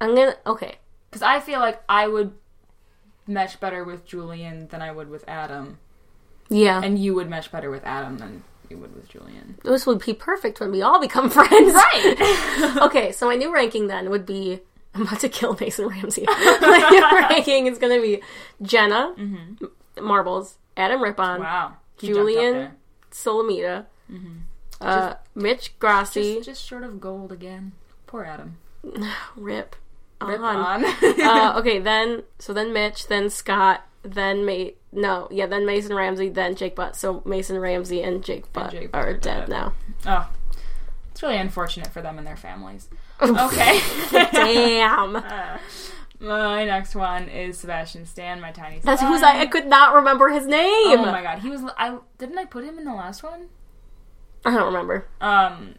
Speaker 2: I'm gonna. Okay,
Speaker 1: because I feel like I would mesh better with Julian than I would with Adam,
Speaker 2: yeah.
Speaker 1: and you would mesh better with Adam than you would with Julian.
Speaker 2: this would be perfect when we all become friends.
Speaker 1: Right.
Speaker 2: okay, so my new ranking then would be I'm about to kill Mason Ramsey. my new ranking is going to be Jenna, M- Marbles, Adam Rippon,
Speaker 1: Mm-hmm. Wow. He jumped up
Speaker 2: Julian,
Speaker 1: there.
Speaker 2: Solomita, uh, Mitch Grassi,
Speaker 1: Just, just short of gold again. Poor Adam.
Speaker 2: Rip.
Speaker 1: Rip
Speaker 2: on.
Speaker 1: on.
Speaker 2: Uh-huh. uh, okay, then so then Mitch, then Scott, then May. No, yeah, then Mason Ramsey, then Jake Butt. So Mason Ramsey and Jake Butt
Speaker 1: Jake Butt
Speaker 2: are
Speaker 1: are
Speaker 2: dead
Speaker 1: dead.
Speaker 2: now.
Speaker 1: oh, it's really unfortunate for them and their families. Okay.
Speaker 2: Oh, Damn.
Speaker 1: my next one is Sebastian Stan, my tiny.
Speaker 2: That's
Speaker 1: son.
Speaker 2: who's I, I could not remember his name.
Speaker 1: Oh my god, he was. I didn't I put him in the last one.
Speaker 2: I don't remember.
Speaker 1: Um.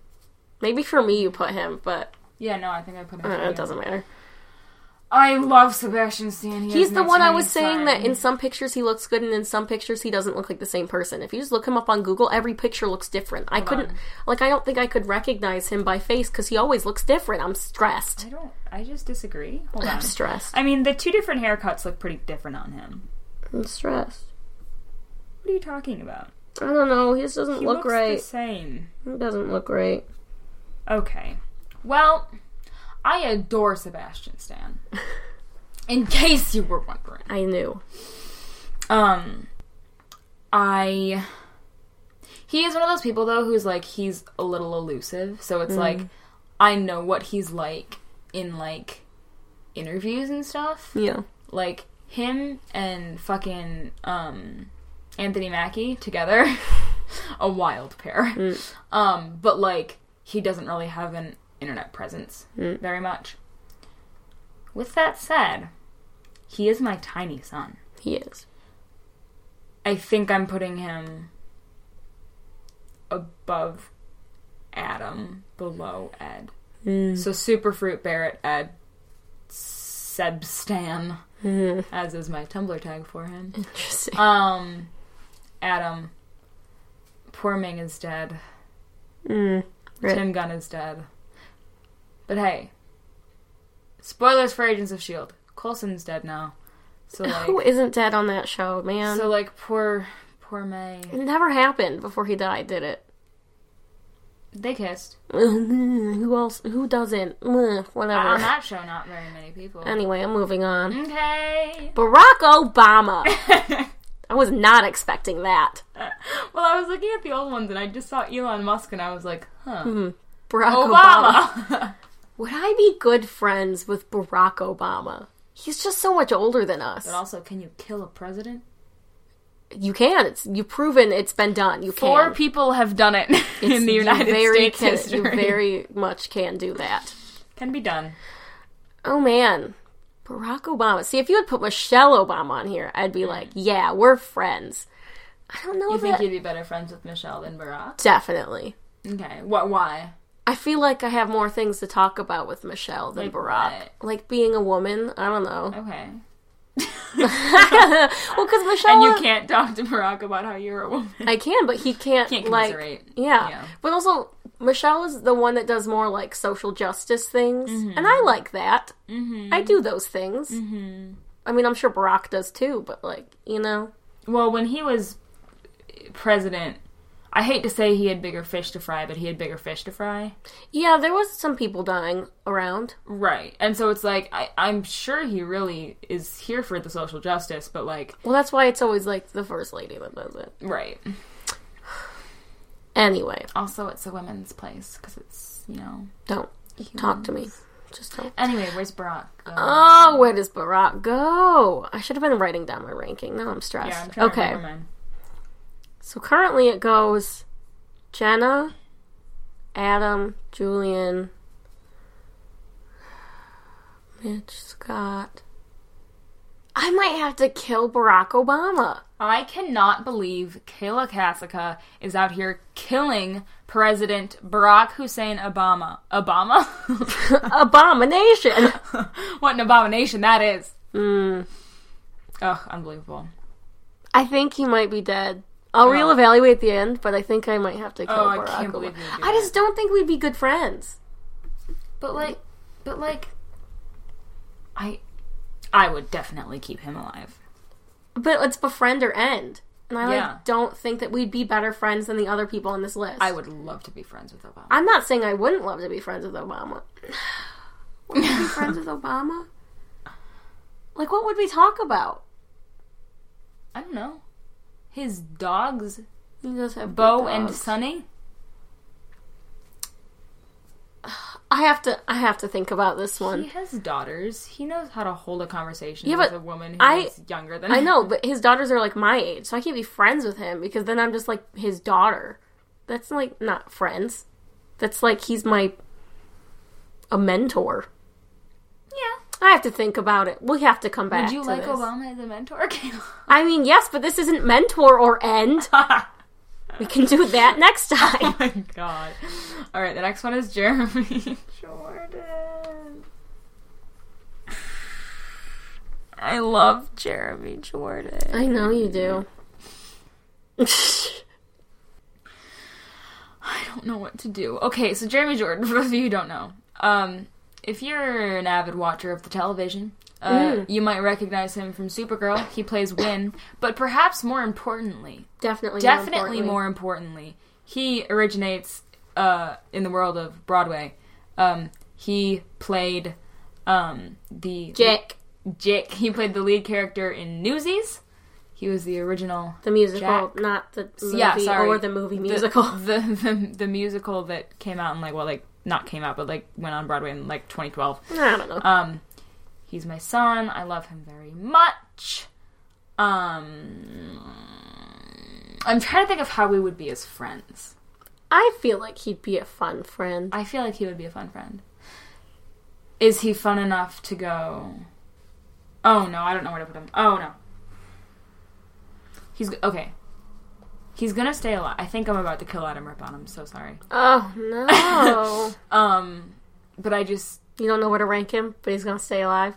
Speaker 2: Maybe for me you put him, but
Speaker 1: Yeah. No, I think I put him.
Speaker 2: uh,
Speaker 1: in
Speaker 2: it doesn't matter.
Speaker 1: I love Sebastian Stan. He
Speaker 2: He's
Speaker 1: is
Speaker 2: the
Speaker 1: my
Speaker 2: one I
Speaker 1: tiny
Speaker 2: was saying
Speaker 1: son.
Speaker 2: that in some pictures he looks good and in some pictures he doesn't look like the same person. If you just look him up on Google, every picture looks different. I couldn't
Speaker 1: on.
Speaker 2: like I don't think I could recognize him by face cuz he always looks different. I'm
Speaker 1: I
Speaker 2: stressed.
Speaker 1: don't. I just disagree. Hold on.
Speaker 2: I'm stressed.
Speaker 1: I mean, the two different haircuts look pretty different on him.
Speaker 2: I'm stressed.
Speaker 1: What are you talking about?
Speaker 2: I don't know. He just doesn't
Speaker 1: He
Speaker 2: look
Speaker 1: looks
Speaker 2: right.
Speaker 1: the same.
Speaker 2: He doesn't look right.
Speaker 1: Okay. Well, I adore Sebastian Stan. In case you were wondering.
Speaker 2: I knew.
Speaker 1: Um I He is one of those people though who's like he's a little elusive, so
Speaker 2: Mm.
Speaker 1: it's like I know what he's like in like interviews and stuff.
Speaker 2: Yeah.
Speaker 1: Like him and fucking um Anthony Mackie together. a wild pair.
Speaker 2: Mm,
Speaker 1: Um but like he doesn't really have an internet presence very much. With that said, he is my tiny son.
Speaker 2: He is.
Speaker 1: I think I'm putting him above Adam, below Ed.
Speaker 2: Mm.
Speaker 1: So Superfruit Barrett Ed Sebstan, as is my Tumblr tag for him.
Speaker 2: Mm-hmm. Interesting.
Speaker 1: Um, Adam, poor Ming is dead.
Speaker 2: Mm. Right.
Speaker 1: Tim Gunn is dead. But hey, spoilers for Agents of Shield. E Coulson's dead now. So
Speaker 2: Who
Speaker 1: like,
Speaker 2: isn't dead on that show, man?
Speaker 1: so like, poor, poor May.
Speaker 2: it never happened before he died, did it?
Speaker 1: They kissed.
Speaker 2: Who else? Who doesn't? Ugh,
Speaker 1: On
Speaker 2: Whatever.
Speaker 1: that show, not very many people.
Speaker 2: Anyway, I'm moving on.
Speaker 1: Okay.
Speaker 2: Barack Obama. I was not expecting that.
Speaker 1: Well, I was looking at the old ones and I just saw Elon Musk and I was like, huh.
Speaker 2: Barack Hmm. Obama.
Speaker 1: Obama.
Speaker 2: Would I be good friends with Barack Obama? He's just so much older than us.
Speaker 1: but also, can you kill a president?
Speaker 2: You can. It's you've proven it's been done. You can.
Speaker 1: Four people have done it in the
Speaker 2: You
Speaker 1: United
Speaker 2: very
Speaker 1: States
Speaker 2: can,
Speaker 1: history.
Speaker 2: You very much can do that.
Speaker 1: Can be done.
Speaker 2: Oh man. Barack Obama. See, if you had put Michelle Obama on here, I'd be like, yeah, we're friends. I don't know
Speaker 1: Hmm. You think
Speaker 2: that.
Speaker 1: you'd be better friends with Michelle than Barack?
Speaker 2: Definitely.
Speaker 1: Okay. What? Why?
Speaker 2: I feel like I have more things to talk about with Michelle than
Speaker 1: Like
Speaker 2: Barack.
Speaker 1: what?
Speaker 2: Like being a woman. I don't know.
Speaker 1: Okay.
Speaker 2: well, because
Speaker 1: And
Speaker 2: Michelle.
Speaker 1: you can't talk to Barack about how you're a woman.
Speaker 2: I can, but he can't,
Speaker 1: Can't
Speaker 2: like
Speaker 1: commiserate.
Speaker 2: Yeah.
Speaker 1: Yeah.
Speaker 2: But also Michelle is the one that does more like social justice things, and I like that. Mm-hmm. I do those things. Mm-hmm. I mean, I'm sure Barack does too, but like you know,
Speaker 1: Well, when he was president, I hate to say he had bigger fish to fry, but he had bigger fish to fry.
Speaker 2: yeah, there was some people dying around.
Speaker 1: Right. And so it's like, I, I'm sure he really is here for the social justice, but like,
Speaker 2: Well, that's why it's always like the first lady that does it.
Speaker 1: right.
Speaker 2: Anyway,
Speaker 1: Also, it's a women's place because it's, you know.
Speaker 2: don't talk to me. Just don't.
Speaker 1: Anyway, where's Barack? Uh,
Speaker 2: Oh, where does Barack go? I should have been writing down my ranking. Now I'm stressed.
Speaker 1: yeah, I'm trying
Speaker 2: okay.
Speaker 1: to remember mine.
Speaker 2: So currently it goes Jenna, Adam, Julian, Mitch, Scott. I might have to kill Barack Obama.
Speaker 1: I cannot believe Kayla Kasika is out here killing President Barack Hussein Obama. Obama?
Speaker 2: Abomination. Hmm.
Speaker 1: what an abomination that is. Ugh, unbelievable.
Speaker 2: I think he might be dead. I'll reevaluate at the end, but I think I might have to kill
Speaker 1: Oh, I
Speaker 2: Barack
Speaker 1: can't
Speaker 2: Obama.
Speaker 1: believe you do
Speaker 2: I just don't think we'd be good friends.
Speaker 1: But like, but like, I, I would definitely keep him alive.
Speaker 2: But let's befriend or end. And I like,
Speaker 1: Yeah.
Speaker 2: don't think that we'd be better friends than the other people on this list.
Speaker 1: I would love to be friends with Obama.
Speaker 2: I'm not saying I wouldn't love to be friends with Obama. would we be friends with Obama? Like, what would we talk about?
Speaker 1: I don't know. His dogs,
Speaker 2: He does have good
Speaker 1: Bo and
Speaker 2: dogs.
Speaker 1: Sonny.
Speaker 2: I have to. I have to think about this one.
Speaker 1: He has daughters. He knows how to hold a conversation
Speaker 2: Yeah,
Speaker 1: with
Speaker 2: but
Speaker 1: a woman who's
Speaker 2: I-
Speaker 1: younger than
Speaker 2: I know, but his daughters are like my age, so I can't be friends with him because then I'm just like his daughter. That's like not friends. That's like he's my a mentor.
Speaker 1: Yeah.
Speaker 2: I have to think about it. We have to come back.
Speaker 1: Would you
Speaker 2: to
Speaker 1: like
Speaker 2: this.
Speaker 1: Obama as a mentor, Kayla?
Speaker 2: I mean, yes, but this isn't mentor or end. we can do that next time.
Speaker 1: my god. All right, the next one is Jeremy. Jordan. I love Jeremy Jordan.
Speaker 2: I know you do.
Speaker 1: I don't know what to do. Okay, so Jeremy Jordan, for those of you who don't know, um, if you're an avid watcher of the television, uh, you might recognize him from Supergirl. He plays Win, but perhaps more importantly,
Speaker 2: definitely,
Speaker 1: definitely more importantly, he originates uh, in the world of Broadway. Um, he played um, the
Speaker 2: Jake,
Speaker 1: Jake. He played the lead character in Newsies. He was the original.
Speaker 2: the musical,
Speaker 1: Jack.
Speaker 2: not the movie
Speaker 1: yeah, sorry,
Speaker 2: or the movie musical.
Speaker 1: The, the the musical that came out in like well like not came out but like went on Broadway in like 2012.
Speaker 2: I don't know.
Speaker 1: Um, he's my son. I love him very much. Um, I'm trying to think of how we would be as friends.
Speaker 2: I feel like he'd be a fun friend.
Speaker 1: I feel like he would be a fun friend. Is he fun enough to go? Oh no, I don't know where to put him. Oh no. He's okay. He's gonna stay alive. I think I'm about to kill Adam Rip on him. So sorry.
Speaker 2: Oh no!
Speaker 1: Um, but I just
Speaker 2: you don't know where to rank him, but he's gonna stay alive.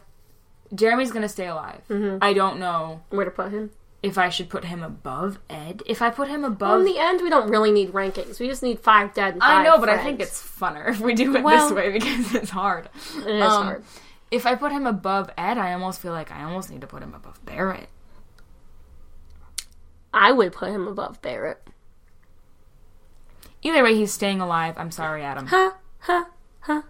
Speaker 1: Jeremy's gonna stay alive.
Speaker 2: Mm-hmm.
Speaker 1: I don't know
Speaker 2: Where to put him?
Speaker 1: if I should put him above Ed. If I put him
Speaker 2: Well,
Speaker 1: above,
Speaker 2: in the end, we don't really need rankings. We just need five dead. And
Speaker 1: I
Speaker 2: five
Speaker 1: know, but I
Speaker 2: friends.
Speaker 1: think it's funner if we do it
Speaker 2: Well-
Speaker 1: this way because it's hard.
Speaker 2: It is
Speaker 1: um,
Speaker 2: hard.
Speaker 1: If I put him above Ed, I almost feel like I almost need to put him above Barrett.
Speaker 2: I would put him above Barrett.
Speaker 1: Either way, he's staying alive. I'm sorry, Adam.
Speaker 2: Huh? Huh? Huh?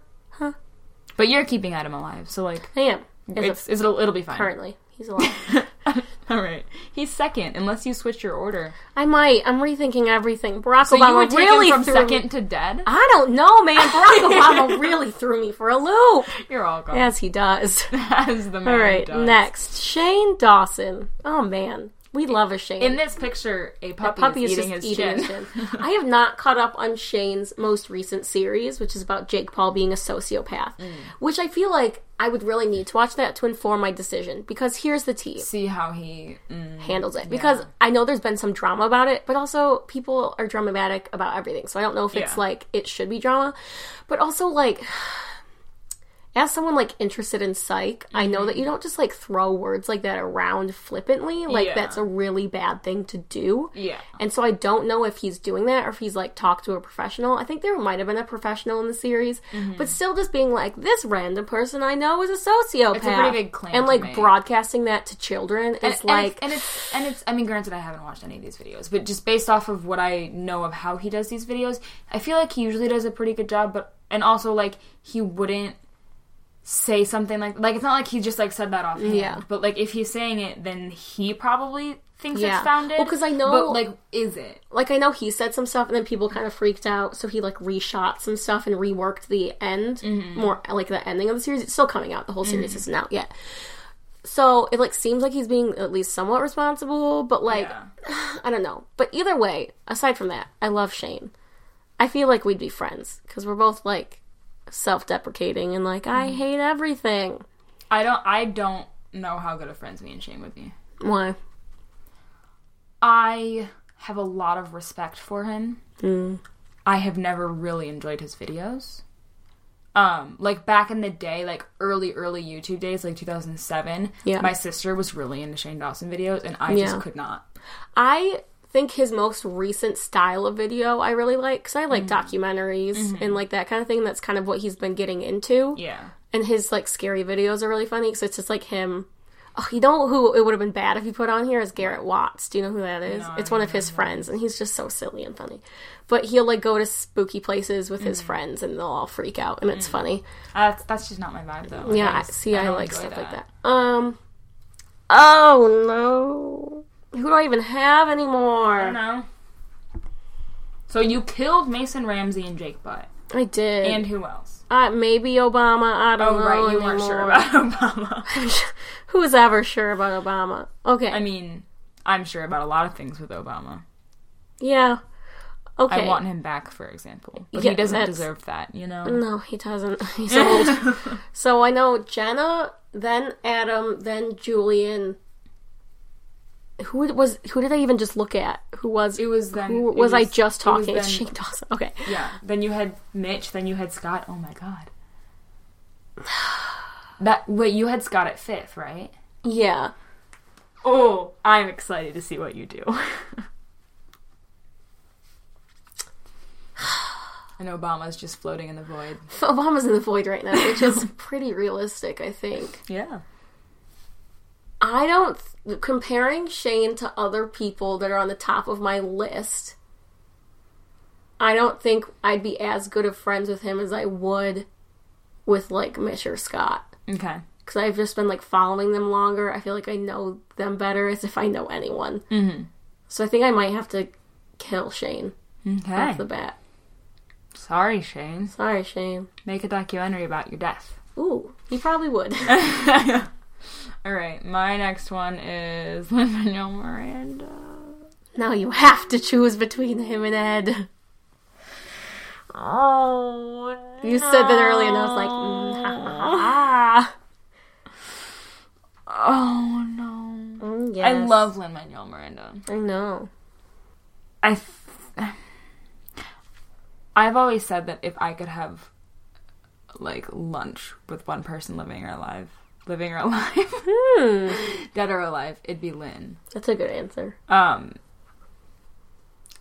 Speaker 1: But you're keeping Adam alive, so like
Speaker 2: I am. As of
Speaker 1: it's, it's it'll, it'll be fine.
Speaker 2: currently, he's alive.
Speaker 1: All right, he's second unless you switch your order.
Speaker 2: I might. I'm rethinking everything. Barack
Speaker 1: So
Speaker 2: Obama
Speaker 1: you were taken
Speaker 2: really
Speaker 1: from
Speaker 2: threw Me.
Speaker 1: second to dead.
Speaker 2: I don't know, man. Barack Obama really threw me for a loop.
Speaker 1: You're all gone.
Speaker 2: As he does.
Speaker 1: As the man
Speaker 2: All right,
Speaker 1: does.
Speaker 2: next Shane Dawson. Oh man, we love a Shane.
Speaker 1: In this picture, a
Speaker 2: That
Speaker 1: puppy, is, eating his chin.
Speaker 2: I have not caught up on Shane's most recent series, which is about Jake Paul being a sociopath,
Speaker 1: Mm.
Speaker 2: which I feel like I would really need to watch that to inform my decision. Because here's the tea
Speaker 1: See how he. Mm,
Speaker 2: handles it. Because I know there's been some drama about it, but also people are dramatic about everything. So I don't know if it's
Speaker 1: Yeah.
Speaker 2: like it should be drama, but also like as someone like interested in psych, I know
Speaker 1: Mm-hmm.
Speaker 2: that you don't just like throw words like that around flippantly. Like
Speaker 1: Yeah.
Speaker 2: that's a really bad thing to do.
Speaker 1: yeah.
Speaker 2: And so I don't know if he's doing that or if he's like talked to a professional. I think there might have been a professional in the series,
Speaker 1: Mm-hmm.
Speaker 2: but still just being like, this random person I know is a sociopath.
Speaker 1: It's a pretty big claim
Speaker 2: And
Speaker 1: to
Speaker 2: like
Speaker 1: make.
Speaker 2: broadcasting that to children is
Speaker 1: And-
Speaker 2: like.
Speaker 1: and it's, and it's and it's I mean granted I haven't watched any of these videos but just based off of what I know of how he does these videos I feel like he usually does a pretty good job but and also like he wouldn't say something like like it's not like he just like said that offhand
Speaker 2: Yeah.
Speaker 1: but like if he's saying it then he probably thinks
Speaker 2: Yeah.
Speaker 1: it's founded
Speaker 2: Well, 'cause I know-
Speaker 1: but like is it
Speaker 2: like I know he said some stuff and then people kind of freaked out, so he like reshot some stuff and reworked the end more like the ending of the series. It's still coming out. The whole series isn't out yet. So it like seems like he's being at least somewhat responsible, but like
Speaker 1: Yeah.
Speaker 2: I don't know. But either way, aside from that, I love Shane. I feel like we'd be friends because we're both like self-deprecating and like I hate everything.
Speaker 1: I don't I don't know how good of friends me and Shane would be
Speaker 2: Why?
Speaker 1: I have a lot of respect for him.
Speaker 2: Mm.
Speaker 1: I have never really enjoyed his videos. Um, like back in the day, like early, early YouTube days, like 2007,
Speaker 2: Yeah.
Speaker 1: my sister was really into Shane Dawson videos, and I
Speaker 2: Yeah.
Speaker 1: just could not.
Speaker 2: I think his most recent style of video I really like because I like
Speaker 1: Mm-hmm.
Speaker 2: documentaries and like that kind of thing. That's kind of what he's been getting into.
Speaker 1: Yeah.
Speaker 2: And his like scary videos are really funny because it's just like him. Oh, you know who it would have been bad if he put on here is Garrett Watts. Do you know who that is?
Speaker 1: No, I
Speaker 2: it's one of his friends, and he's just so silly and funny. But he'll like go to spooky places with
Speaker 1: Mm-hmm.
Speaker 2: his friends, and they'll all freak out, and it's funny.
Speaker 1: Uh, that's, that's just not my vibe, though.
Speaker 2: Yeah, I,
Speaker 1: Like,
Speaker 2: see, I,
Speaker 1: don't
Speaker 2: like
Speaker 1: enjoy
Speaker 2: stuff like that. Um. Oh no, who do I even have anymore?
Speaker 1: I don't know. So you killed Mason Ramsey and Jake Butt.
Speaker 2: I did.
Speaker 1: And who else?
Speaker 2: uh, maybe Obama. I don't
Speaker 1: Oh,
Speaker 2: know.
Speaker 1: right, you weren't sure
Speaker 2: anymore.
Speaker 1: about Obama.
Speaker 2: Who was ever sure about Obama? Okay.
Speaker 1: I mean, I'm sure about a lot of things with Obama.
Speaker 2: yeah. Okay.
Speaker 1: I want him back, for example. But
Speaker 2: Yeah,
Speaker 1: he doesn't
Speaker 2: that's-
Speaker 1: deserve that, you know?
Speaker 2: no, he doesn't. He's old. so I know Jenna, then Adam, then Julian. Who it was? Who did I even just look at? Who was?
Speaker 1: It was then.
Speaker 2: who
Speaker 1: it
Speaker 2: was, I just
Speaker 1: it was
Speaker 2: talking? It's
Speaker 1: then-
Speaker 2: Shane Dawson. Okay.
Speaker 1: yeah. Then you had Mitch. Then you had Scott. Oh my god. That wait, you had Scott at fifth, right?
Speaker 2: Yeah.
Speaker 1: Oh, I'm excited to see what you do. and Obama's just floating in the void.
Speaker 2: Obama's in the void right now, which is pretty realistic, I think.
Speaker 1: Yeah.
Speaker 2: I don't th- comparing Shane to other people that are on the top of my list. I don't think I'd be as good of friends with him as I would with like Mish or Scott
Speaker 1: Okay.
Speaker 2: because I've just been like following them longer. I feel like I know them better as if I know anyone. Mm-hmm. So I think I might have to kill Shane
Speaker 1: Okay.
Speaker 2: off the bat.
Speaker 1: Sorry, Shane.
Speaker 2: Sorry, Shane.
Speaker 1: Make a documentary about your death.
Speaker 2: Ooh, he probably would.
Speaker 1: All right. My next one is Lin Manuel Miranda.
Speaker 2: now you have to choose between him and Ed.
Speaker 1: Oh.
Speaker 2: You said that early, and I was like, mm, ha, ha,
Speaker 1: Ah.
Speaker 2: ha.
Speaker 1: Oh no.
Speaker 2: Mm,
Speaker 1: I
Speaker 2: yes.
Speaker 1: love Lin Manuel Miranda.
Speaker 2: I know.
Speaker 1: I. Th- I've always said that if I could have, like, lunch with one person living or alive, living or alive,
Speaker 2: Hmm.
Speaker 1: dead or alive, it'd be Lynn.
Speaker 2: That's a good answer.
Speaker 1: um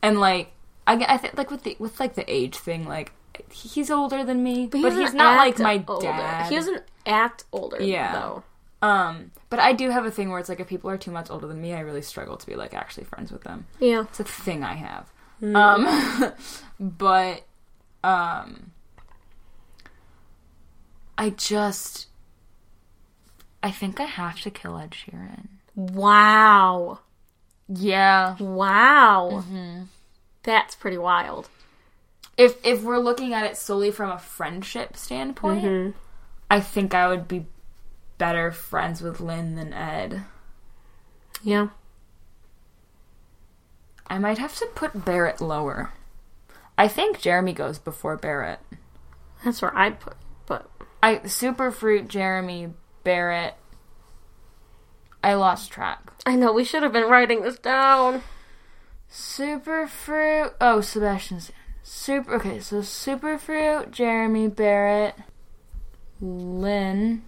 Speaker 1: and like i, g- I think like with the with like the age thing like he's older than me but,
Speaker 2: doesn't
Speaker 1: he's not like
Speaker 2: act
Speaker 1: my
Speaker 2: older.
Speaker 1: dad
Speaker 2: He doesn't act older.
Speaker 1: Yeah.
Speaker 2: Though.
Speaker 1: um but i do have a thing where it's like if people are too much older than me i really struggle to be like actually friends with them
Speaker 2: Yeah.
Speaker 1: it's a thing i have um but um i just i think i have to kill ed sheeran
Speaker 2: Wow.
Speaker 1: yeah
Speaker 2: Wow.
Speaker 1: Mm-hmm.
Speaker 2: That's pretty wild.
Speaker 1: if if we're looking at it solely from a friendship standpoint, I think I would be better friends with Lynn than Ed.
Speaker 2: Yeah.
Speaker 1: I might have to put Barrett lower. I think Jeremy goes before Barrett.
Speaker 2: That's where I put. But
Speaker 1: I Superfruit, Jeremy, Barrett. I lost track.
Speaker 2: I know we should have been writing this down.
Speaker 1: Superfruit. Oh, Sebastian. Stan. Super. Okay, so Superfruit, Jeremy Barrett, Lynn,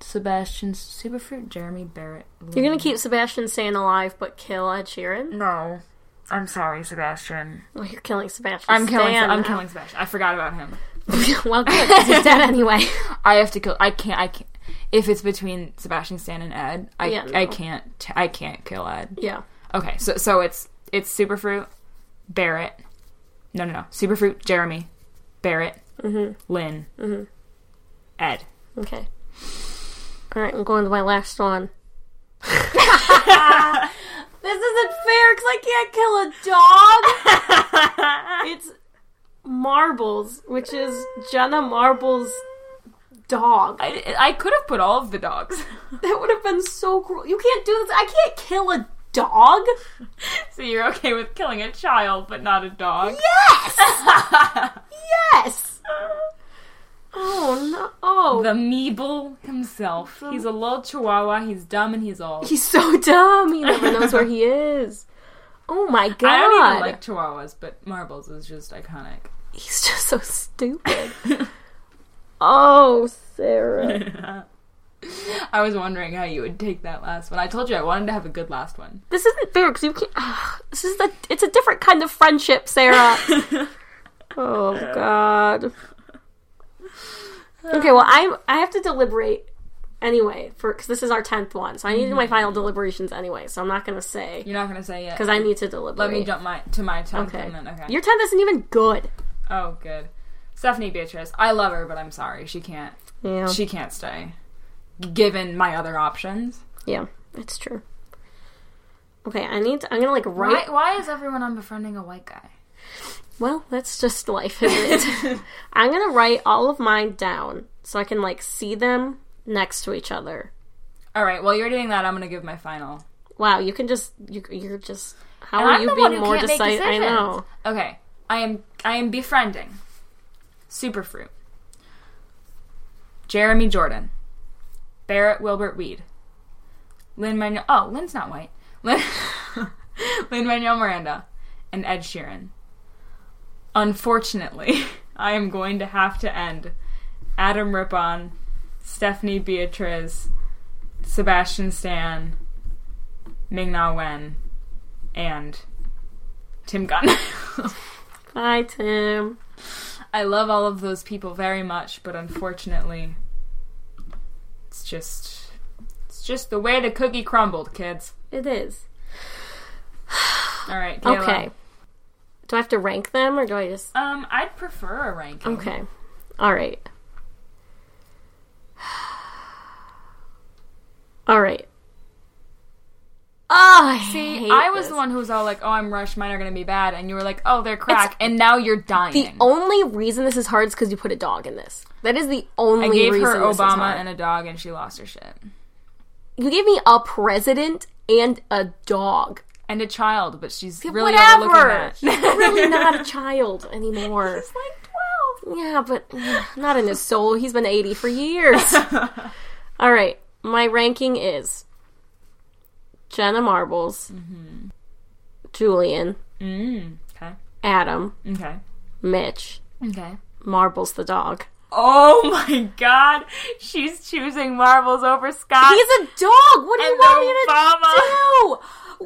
Speaker 1: Sebastian. Superfruit, Jeremy Barrett.
Speaker 2: You're gonna keep Sebastian staying alive, but kill Ed Sheeran.
Speaker 1: No, I'm sorry, Sebastian.
Speaker 2: Well, you're killing Sebastian.
Speaker 1: I'm killing.
Speaker 2: Stan
Speaker 1: I'm
Speaker 2: now.
Speaker 1: killing Sebastian. I forgot about him.
Speaker 2: well, good. 'cause He's dead anyway.
Speaker 1: I have to kill. I can't. I can't. If it's between Sebastian Stan and Ed, I
Speaker 2: Yeah,
Speaker 1: I
Speaker 2: no.
Speaker 1: can't. t- I can't kill Ed.
Speaker 2: yeah.
Speaker 1: Okay, so so it's it's Superfruit, Barrett. No, no, no. Superfruit, Jeremy, Barrett,
Speaker 2: Mm-hmm.
Speaker 1: Lynn, Ed.
Speaker 2: Okay. All right, I'm going to my last one. this isn't fair because I can't kill a dog. it's Marbles, which is Jenna Marbles' dog.
Speaker 1: I, I could have put all of the dogs.
Speaker 2: That would have been so cruel. You can't do this. I can't kill a dog.
Speaker 1: so you're okay with killing a child, but not a dog?
Speaker 2: Yes. yes. Oh no. Oh,
Speaker 1: The Meeble himself. He's a little chihuahua. He's dumb and he's old.
Speaker 2: he's so dumb. He never knows where he is. Oh my god.
Speaker 1: I don't even like chihuahuas, but Marbles is just iconic.
Speaker 2: He's just so stupid. oh, Sarah.
Speaker 1: I was wondering how you would take that last one. I told you I wanted to have a good last one.
Speaker 2: This isn't fair because you can't. ugh, this is a. It's a different kind of friendship, Sarah. oh God. Okay, well, I I have to deliberate anyway for because this is our tenth one, so I needed my
Speaker 1: Mm.
Speaker 2: final deliberations anyway. So I'm not gonna say
Speaker 1: You're not gonna say yet.
Speaker 2: because I need to deliberate.
Speaker 1: Let me jump my to my tenth
Speaker 2: Okay.
Speaker 1: and then okay.
Speaker 2: Your tenth isn't even good.
Speaker 1: Oh, good. Stephanie Beatrice. I love her, but I'm sorry she can't.
Speaker 2: Yeah.
Speaker 1: She can't stay. Given my other options,
Speaker 2: yeah, it's true. Okay, I need to. I'm gonna like write.
Speaker 1: why? Why is everyone unbefriending a white guy?
Speaker 2: Well, that's just life, isn't it? I'm gonna write all of mine down so I can like see them next to each other.
Speaker 1: All right. While you're doing that, I'm gonna give my final.
Speaker 2: Wow, you can just you, you're just how
Speaker 1: And
Speaker 2: are
Speaker 1: I'm the
Speaker 2: you
Speaker 1: one
Speaker 2: being
Speaker 1: who
Speaker 2: more
Speaker 1: can't make
Speaker 2: decisive? I
Speaker 1: decisions.
Speaker 2: know.
Speaker 1: Okay. I am. I am befriending. Superfruit. Jeremy Jordan. Barrett Wilbert Weed. Lynn Manuel. Oh, Lynn's not white. Lynn. Lynn Manuel Miranda, and Ed Sheeran. Unfortunately, I am going to have to end Adam Rippon, Stephanie Beatriz, Sebastian Stan, Ming Na Wen, and Tim Gunn.
Speaker 2: Bye, Tim.
Speaker 1: I love all of those people very much, but unfortunately, it's just it's just the way the cookie crumbled, kids.
Speaker 2: It is
Speaker 1: All right, Kayla.
Speaker 2: okay. Do I have to rank them or do I just
Speaker 1: Um, I'd prefer a ranking.
Speaker 2: okay? All right. All right. Oh, I hate
Speaker 1: I was
Speaker 2: this.
Speaker 1: the one who was all like, "Oh, I'm rushed. Mine are gonna be bad," and you were like, "Oh, they're crack," and now you're dying.
Speaker 2: The only reason this is hard is because you put a dog in this. That is the only
Speaker 1: I gave
Speaker 2: reason.
Speaker 1: her
Speaker 2: this is
Speaker 1: Obama
Speaker 2: hard.
Speaker 1: and a dog, and she lost her shit.
Speaker 2: you gave me a president and a dog.
Speaker 1: and a child, but she's
Speaker 2: Yeah,
Speaker 1: really
Speaker 2: whatever.
Speaker 1: overlooking
Speaker 2: She's
Speaker 1: that.
Speaker 2: really not a child anymore.
Speaker 1: She's like
Speaker 2: Yeah, but mm, not in his soul. He's been 80 for years. All right, my ranking is Jenna Marbles,
Speaker 1: Mm-hmm.
Speaker 2: Julian,
Speaker 1: 12.
Speaker 2: Adam,
Speaker 1: Okay. Mm, Okay.
Speaker 2: Mitch,
Speaker 1: Okay.
Speaker 2: Marbles the dog.
Speaker 1: Oh my god, she's choosing marbles over Scott.
Speaker 2: He's a dog. What do you
Speaker 1: And
Speaker 2: want me to
Speaker 1: Obama.
Speaker 2: do?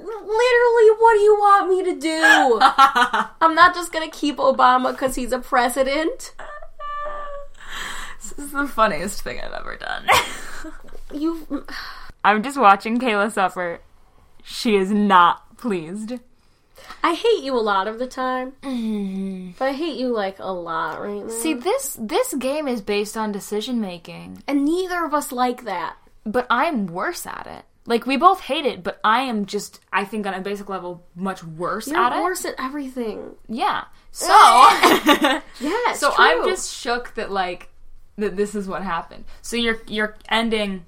Speaker 2: Literally, what do you want me to do? I'm not just gonna keep Obama because he's a president.
Speaker 1: this is the funniest thing I've ever done.
Speaker 2: You,
Speaker 1: I'm just watching Kayla suffer. She is not pleased.
Speaker 2: I hate you a lot of the time, but I hate you like a lot right now.
Speaker 1: See, this this game is based on decision making,
Speaker 2: and neither of us like that.
Speaker 1: but I'm worse at it. Like we both hate it, but I am just I think on a basic level much worse
Speaker 2: You're
Speaker 1: at
Speaker 2: worse at everything.
Speaker 1: it. Yeah. So
Speaker 2: Yeah, it's
Speaker 1: So
Speaker 2: true.
Speaker 1: I'm just shook that like that this is what happened. So you're you're ending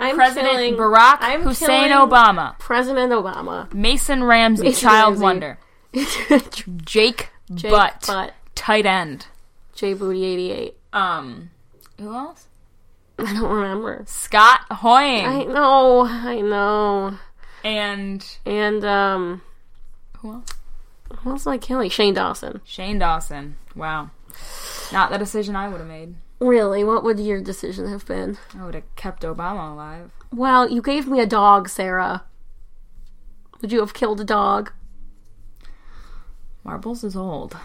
Speaker 2: I'm
Speaker 1: President
Speaker 2: killing-
Speaker 1: Barack
Speaker 2: I'm
Speaker 1: Hussein
Speaker 2: killing
Speaker 1: Obama,
Speaker 2: President Obama,
Speaker 1: Mason Ramsey,
Speaker 2: Mason
Speaker 1: Child
Speaker 2: Ramsey.
Speaker 1: Wonder, Jake,
Speaker 2: Jake
Speaker 1: Butt,
Speaker 2: Butt,
Speaker 1: tight end.
Speaker 2: Jay Booty eighty eight.
Speaker 1: Um, who else?
Speaker 2: I don't remember.
Speaker 1: Scott Hoying
Speaker 2: I know, I know.
Speaker 1: and
Speaker 2: And um,
Speaker 1: who else?
Speaker 2: who else am I killing? Shane Dawson.
Speaker 1: Shane Dawson. Wow, not the decision I would have made.
Speaker 2: Really, what would your decision have been?
Speaker 1: I would have kept Obama alive.
Speaker 2: Well, you gave me a dog, Sarah. Would you have killed a dog?
Speaker 1: Marbles is old.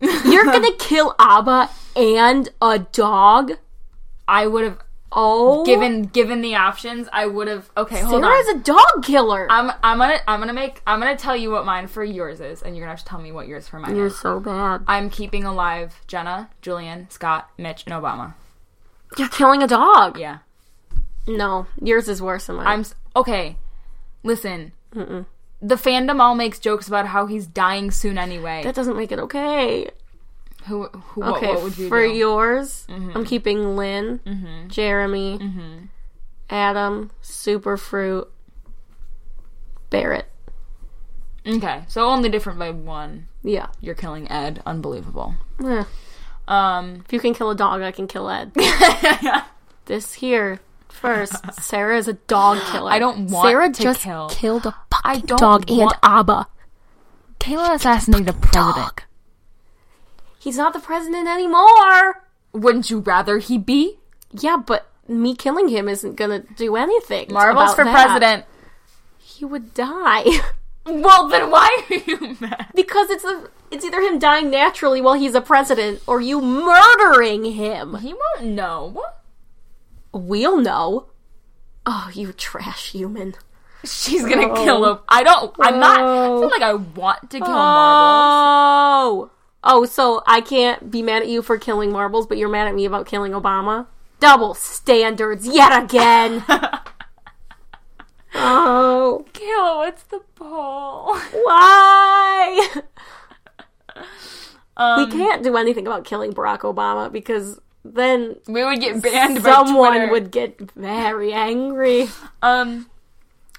Speaker 2: You're gonna kill Abba and a dog?
Speaker 1: I would have
Speaker 2: Oh,
Speaker 1: given given the options. I would have okay. Hold on.
Speaker 2: Sarah's a dog killer.
Speaker 1: I'm I'm gonna I'm gonna make I'm gonna tell you what mine for yours is, and you're gonna have to tell me what yours for mine
Speaker 2: You're
Speaker 1: is.
Speaker 2: so bad.
Speaker 1: I'm keeping alive Jenna, Julian, Scott, Mitch, and Obama.
Speaker 2: You're killing a dog.
Speaker 1: Yeah,
Speaker 2: No, yours is worse than mine.
Speaker 1: I'm s- okay. Listen, the fandom all makes jokes about how he's dying soon anyway.
Speaker 2: that doesn't make it okay.
Speaker 1: who who what,
Speaker 2: Okay,
Speaker 1: what would you
Speaker 2: for
Speaker 1: do? Mm-hmm.
Speaker 2: yours, I'm keeping Lynn, Jeremy, Adam, Superfruit, Barrett.
Speaker 1: okay, so only different by one.
Speaker 2: Yeah.
Speaker 1: You're killing Ed. Unbelievable.
Speaker 2: Eh.
Speaker 1: Um,
Speaker 2: If you can kill a dog, I can kill Ed. this here, first, Sarah is a dog killer.
Speaker 1: I don't want
Speaker 2: Sarah
Speaker 1: to
Speaker 2: just
Speaker 1: kill.
Speaker 2: killed a
Speaker 1: I
Speaker 2: fucking
Speaker 1: don't
Speaker 2: dog
Speaker 1: want-
Speaker 2: and Abba.
Speaker 1: Kayla assassinated the president.
Speaker 2: Dog. He's not the president anymore.
Speaker 1: Wouldn't you rather he be
Speaker 2: Yeah, but me killing him isn't gonna do anything.
Speaker 1: Marvel's
Speaker 2: about
Speaker 1: for
Speaker 2: that.
Speaker 1: president?
Speaker 2: He would die.
Speaker 1: Well, then why are you mad?
Speaker 2: because it's a it's either him dying naturally while he's a president or you murdering him.
Speaker 1: He won't know.
Speaker 2: We'll know. Oh, you trash human.
Speaker 1: She's gonna
Speaker 2: Oh.
Speaker 1: kill him. I don't. I'm not. I feel like I want to kill Marbles.
Speaker 2: Oh. Oh, so I can't be mad at you for killing marbles, but you're mad at me about killing Obama? Double standards yet again. oh,
Speaker 1: Kayla, what's the poll?
Speaker 2: why?
Speaker 1: Um,
Speaker 2: we can't do anything about killing Barack Obama because then
Speaker 1: We would get banned by
Speaker 2: someone
Speaker 1: Twitter.
Speaker 2: would get very angry.
Speaker 1: Um,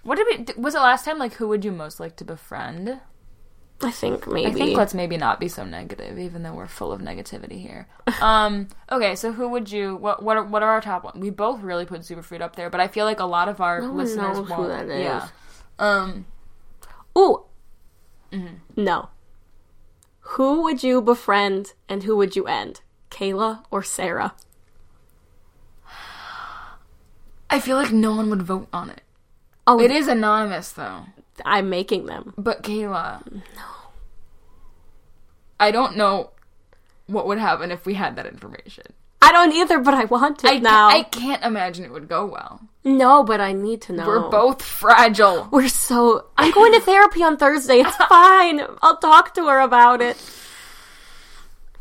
Speaker 1: what did we? d- Was it last time? Like, who would you most like to befriend?
Speaker 2: I think maybe.
Speaker 1: I think let's maybe not be so negative, even though we're full of negativity here. Um, okay, so who would you? What what are, what are our top one? We both really put Superfruit up there, but I feel like a lot of our
Speaker 2: one
Speaker 1: listeners
Speaker 2: knows who
Speaker 1: won't.
Speaker 2: that is.
Speaker 1: Yeah. Um.
Speaker 2: Ooh.
Speaker 1: Mm-hmm.
Speaker 2: No. Who would you befriend and who would you end? Kayla or Sarah?
Speaker 1: I feel like no one would vote on it.
Speaker 2: Oh,
Speaker 1: It is anonymous though.
Speaker 2: I'm making them.
Speaker 1: But Kayla. No. I don't know what would happen if we had that information.
Speaker 2: I don't either, but I want it
Speaker 1: I,
Speaker 2: now.
Speaker 1: I can't imagine it would go well.
Speaker 2: no, but I need to know.
Speaker 1: We're both fragile.
Speaker 2: We're so. I'm going to therapy on Thursday. It's fine. I'll talk to her about it.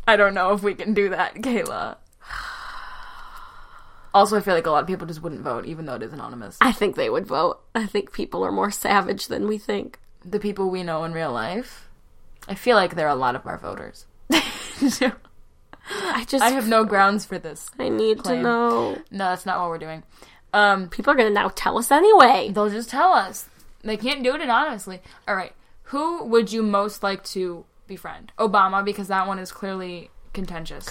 Speaker 1: I don't know if we can do that, Kayla. Also, I feel like a lot of people just wouldn't vote, even though it is anonymous.
Speaker 2: I think they would vote. I think people are more savage than we think.
Speaker 1: The people we know in real life, I feel like they're a lot of our voters. I
Speaker 2: I just.
Speaker 1: have no grounds for this.
Speaker 2: I need to
Speaker 1: Claim.
Speaker 2: know.
Speaker 1: No, that's not what we're doing. Um,
Speaker 2: People are going to now tell us anyway.
Speaker 1: they'll just tell us. They can't do it anonymously. All right. Who would you most like to befriend? Obama, because that one is clearly contentious.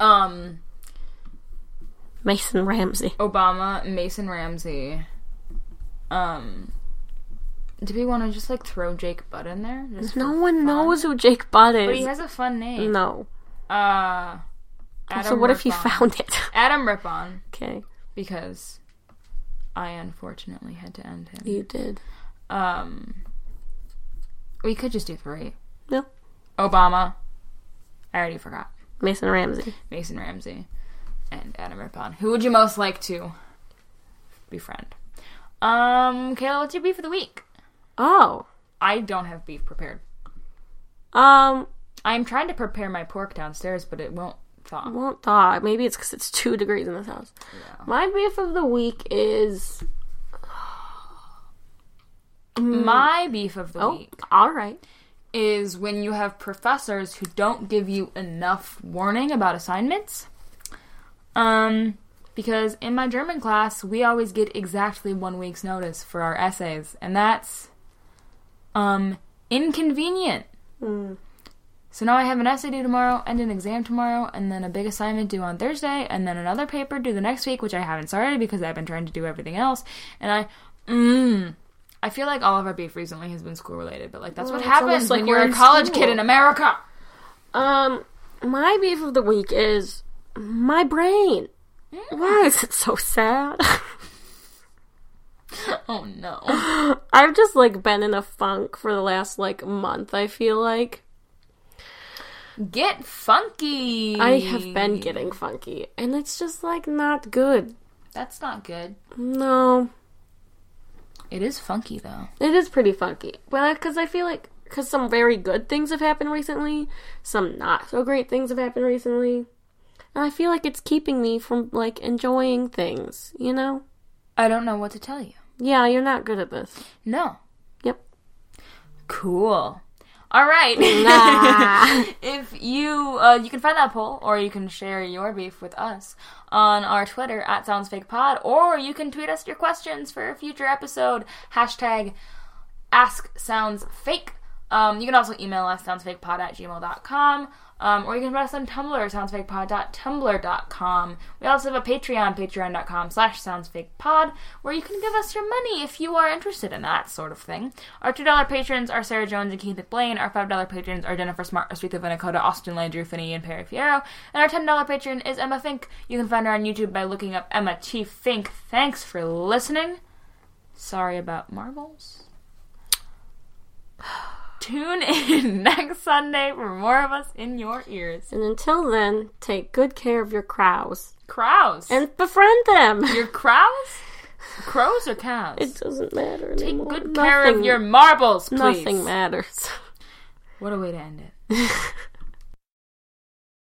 Speaker 1: Um,
Speaker 2: Mason Ramsey.
Speaker 1: Obama, Mason Ramsey. Um, do we want to just like throw Jake Butt in there? Just
Speaker 2: No
Speaker 1: for
Speaker 2: one
Speaker 1: fun?
Speaker 2: knows who Jake Butt
Speaker 1: But he
Speaker 2: is.
Speaker 1: has a fun name.
Speaker 2: No.
Speaker 1: Uh, Adam
Speaker 2: So what if he
Speaker 1: Rippon.
Speaker 2: found it?
Speaker 1: Adam Rippon?
Speaker 2: okay.
Speaker 1: Because I unfortunately had to end him.
Speaker 2: You did.
Speaker 1: Um, we could just do three.
Speaker 2: No.
Speaker 1: Obama. I already forgot.
Speaker 2: Mason Ramsey.
Speaker 1: Mason Ramsey and Adam Rippon. Who would you most like to befriend? Um, Kayla, what's your beef of the week?
Speaker 2: Oh.
Speaker 1: I don't have beef prepared.
Speaker 2: Um,
Speaker 1: I'm trying to prepare my pork downstairs, but it won't thaw.
Speaker 2: won't thaw. Maybe it's because it's two degrees in this house. My beef of the week is.
Speaker 1: My beef of the
Speaker 2: Oh,
Speaker 1: week
Speaker 2: all right.
Speaker 1: is when you have professors who don't give you enough warning about assignments. Um, because in my German class, we always get exactly one week's notice for our essays, and that's um inconvenient.
Speaker 2: Hmm.
Speaker 1: So now I have an essay due tomorrow and an exam tomorrow, and then a big assignment due on Thursday, and then another paper due the next week, which I haven't started because I've been trying to do everything else. And I, mm, I feel like all of our beef recently has been school related, but like that's what
Speaker 2: Well, it's
Speaker 1: happens
Speaker 2: almost like
Speaker 1: when
Speaker 2: we're
Speaker 1: you're a
Speaker 2: in
Speaker 1: college
Speaker 2: school.
Speaker 1: kid in America.
Speaker 2: Um, my beef of the week is my brain.
Speaker 1: Mm.
Speaker 2: Why is it so sad?
Speaker 1: Oh no.
Speaker 2: I've just like been in a funk for the last like month. I feel like
Speaker 1: Get funky.
Speaker 2: I have been getting funky, and it's just like not good.
Speaker 1: That's not good.
Speaker 2: No,
Speaker 1: It is funky though.
Speaker 2: It is pretty funky. Well, because I feel like because some very good things have happened recently, some not so great things have happened recently, and I feel like it's keeping me from like enjoying things. You know?
Speaker 1: I don't know what to tell you.
Speaker 2: Yeah, you're not good at this.
Speaker 1: No.
Speaker 2: Yep.
Speaker 1: Cool. All right.
Speaker 2: Nah.
Speaker 1: if you uh, you can find that poll or you can share your beef with us on our Twitter at SoundsFakePod or you can tweet us your questions for a future episode hashtag ask sounds fake. Um, you can also email us soundsfakepod at gmail.com um, or you can find us on Tumblr, soundsfakepod.tumblr.com. We also have a Patreon, patreon.com slash soundsfakepod, where you can give us your money if you are interested in that sort of thing. Our $2 patrons are Sarah Jones and Keith McBlain. Our $5 patrons are Jennifer Smart, Astrid Vinicota, Austin Lane, Drew Finney, and Perry Fierro. And our $10 patron is Emma Fink. You can find her on YouTube by looking up Emma T. Fink. Thanks for listening. Sorry about marbles tune in next Sunday for more of us in your ears.
Speaker 2: and until then, take good care of your crows
Speaker 1: Crows.
Speaker 2: and befriend them.
Speaker 1: your crows? Crows or cows?
Speaker 2: It doesn't matter
Speaker 1: Take
Speaker 2: anymore.
Speaker 1: good care of
Speaker 2: Nothing-
Speaker 1: your marbles, please.
Speaker 2: Nothing matters.
Speaker 1: What a way to end it.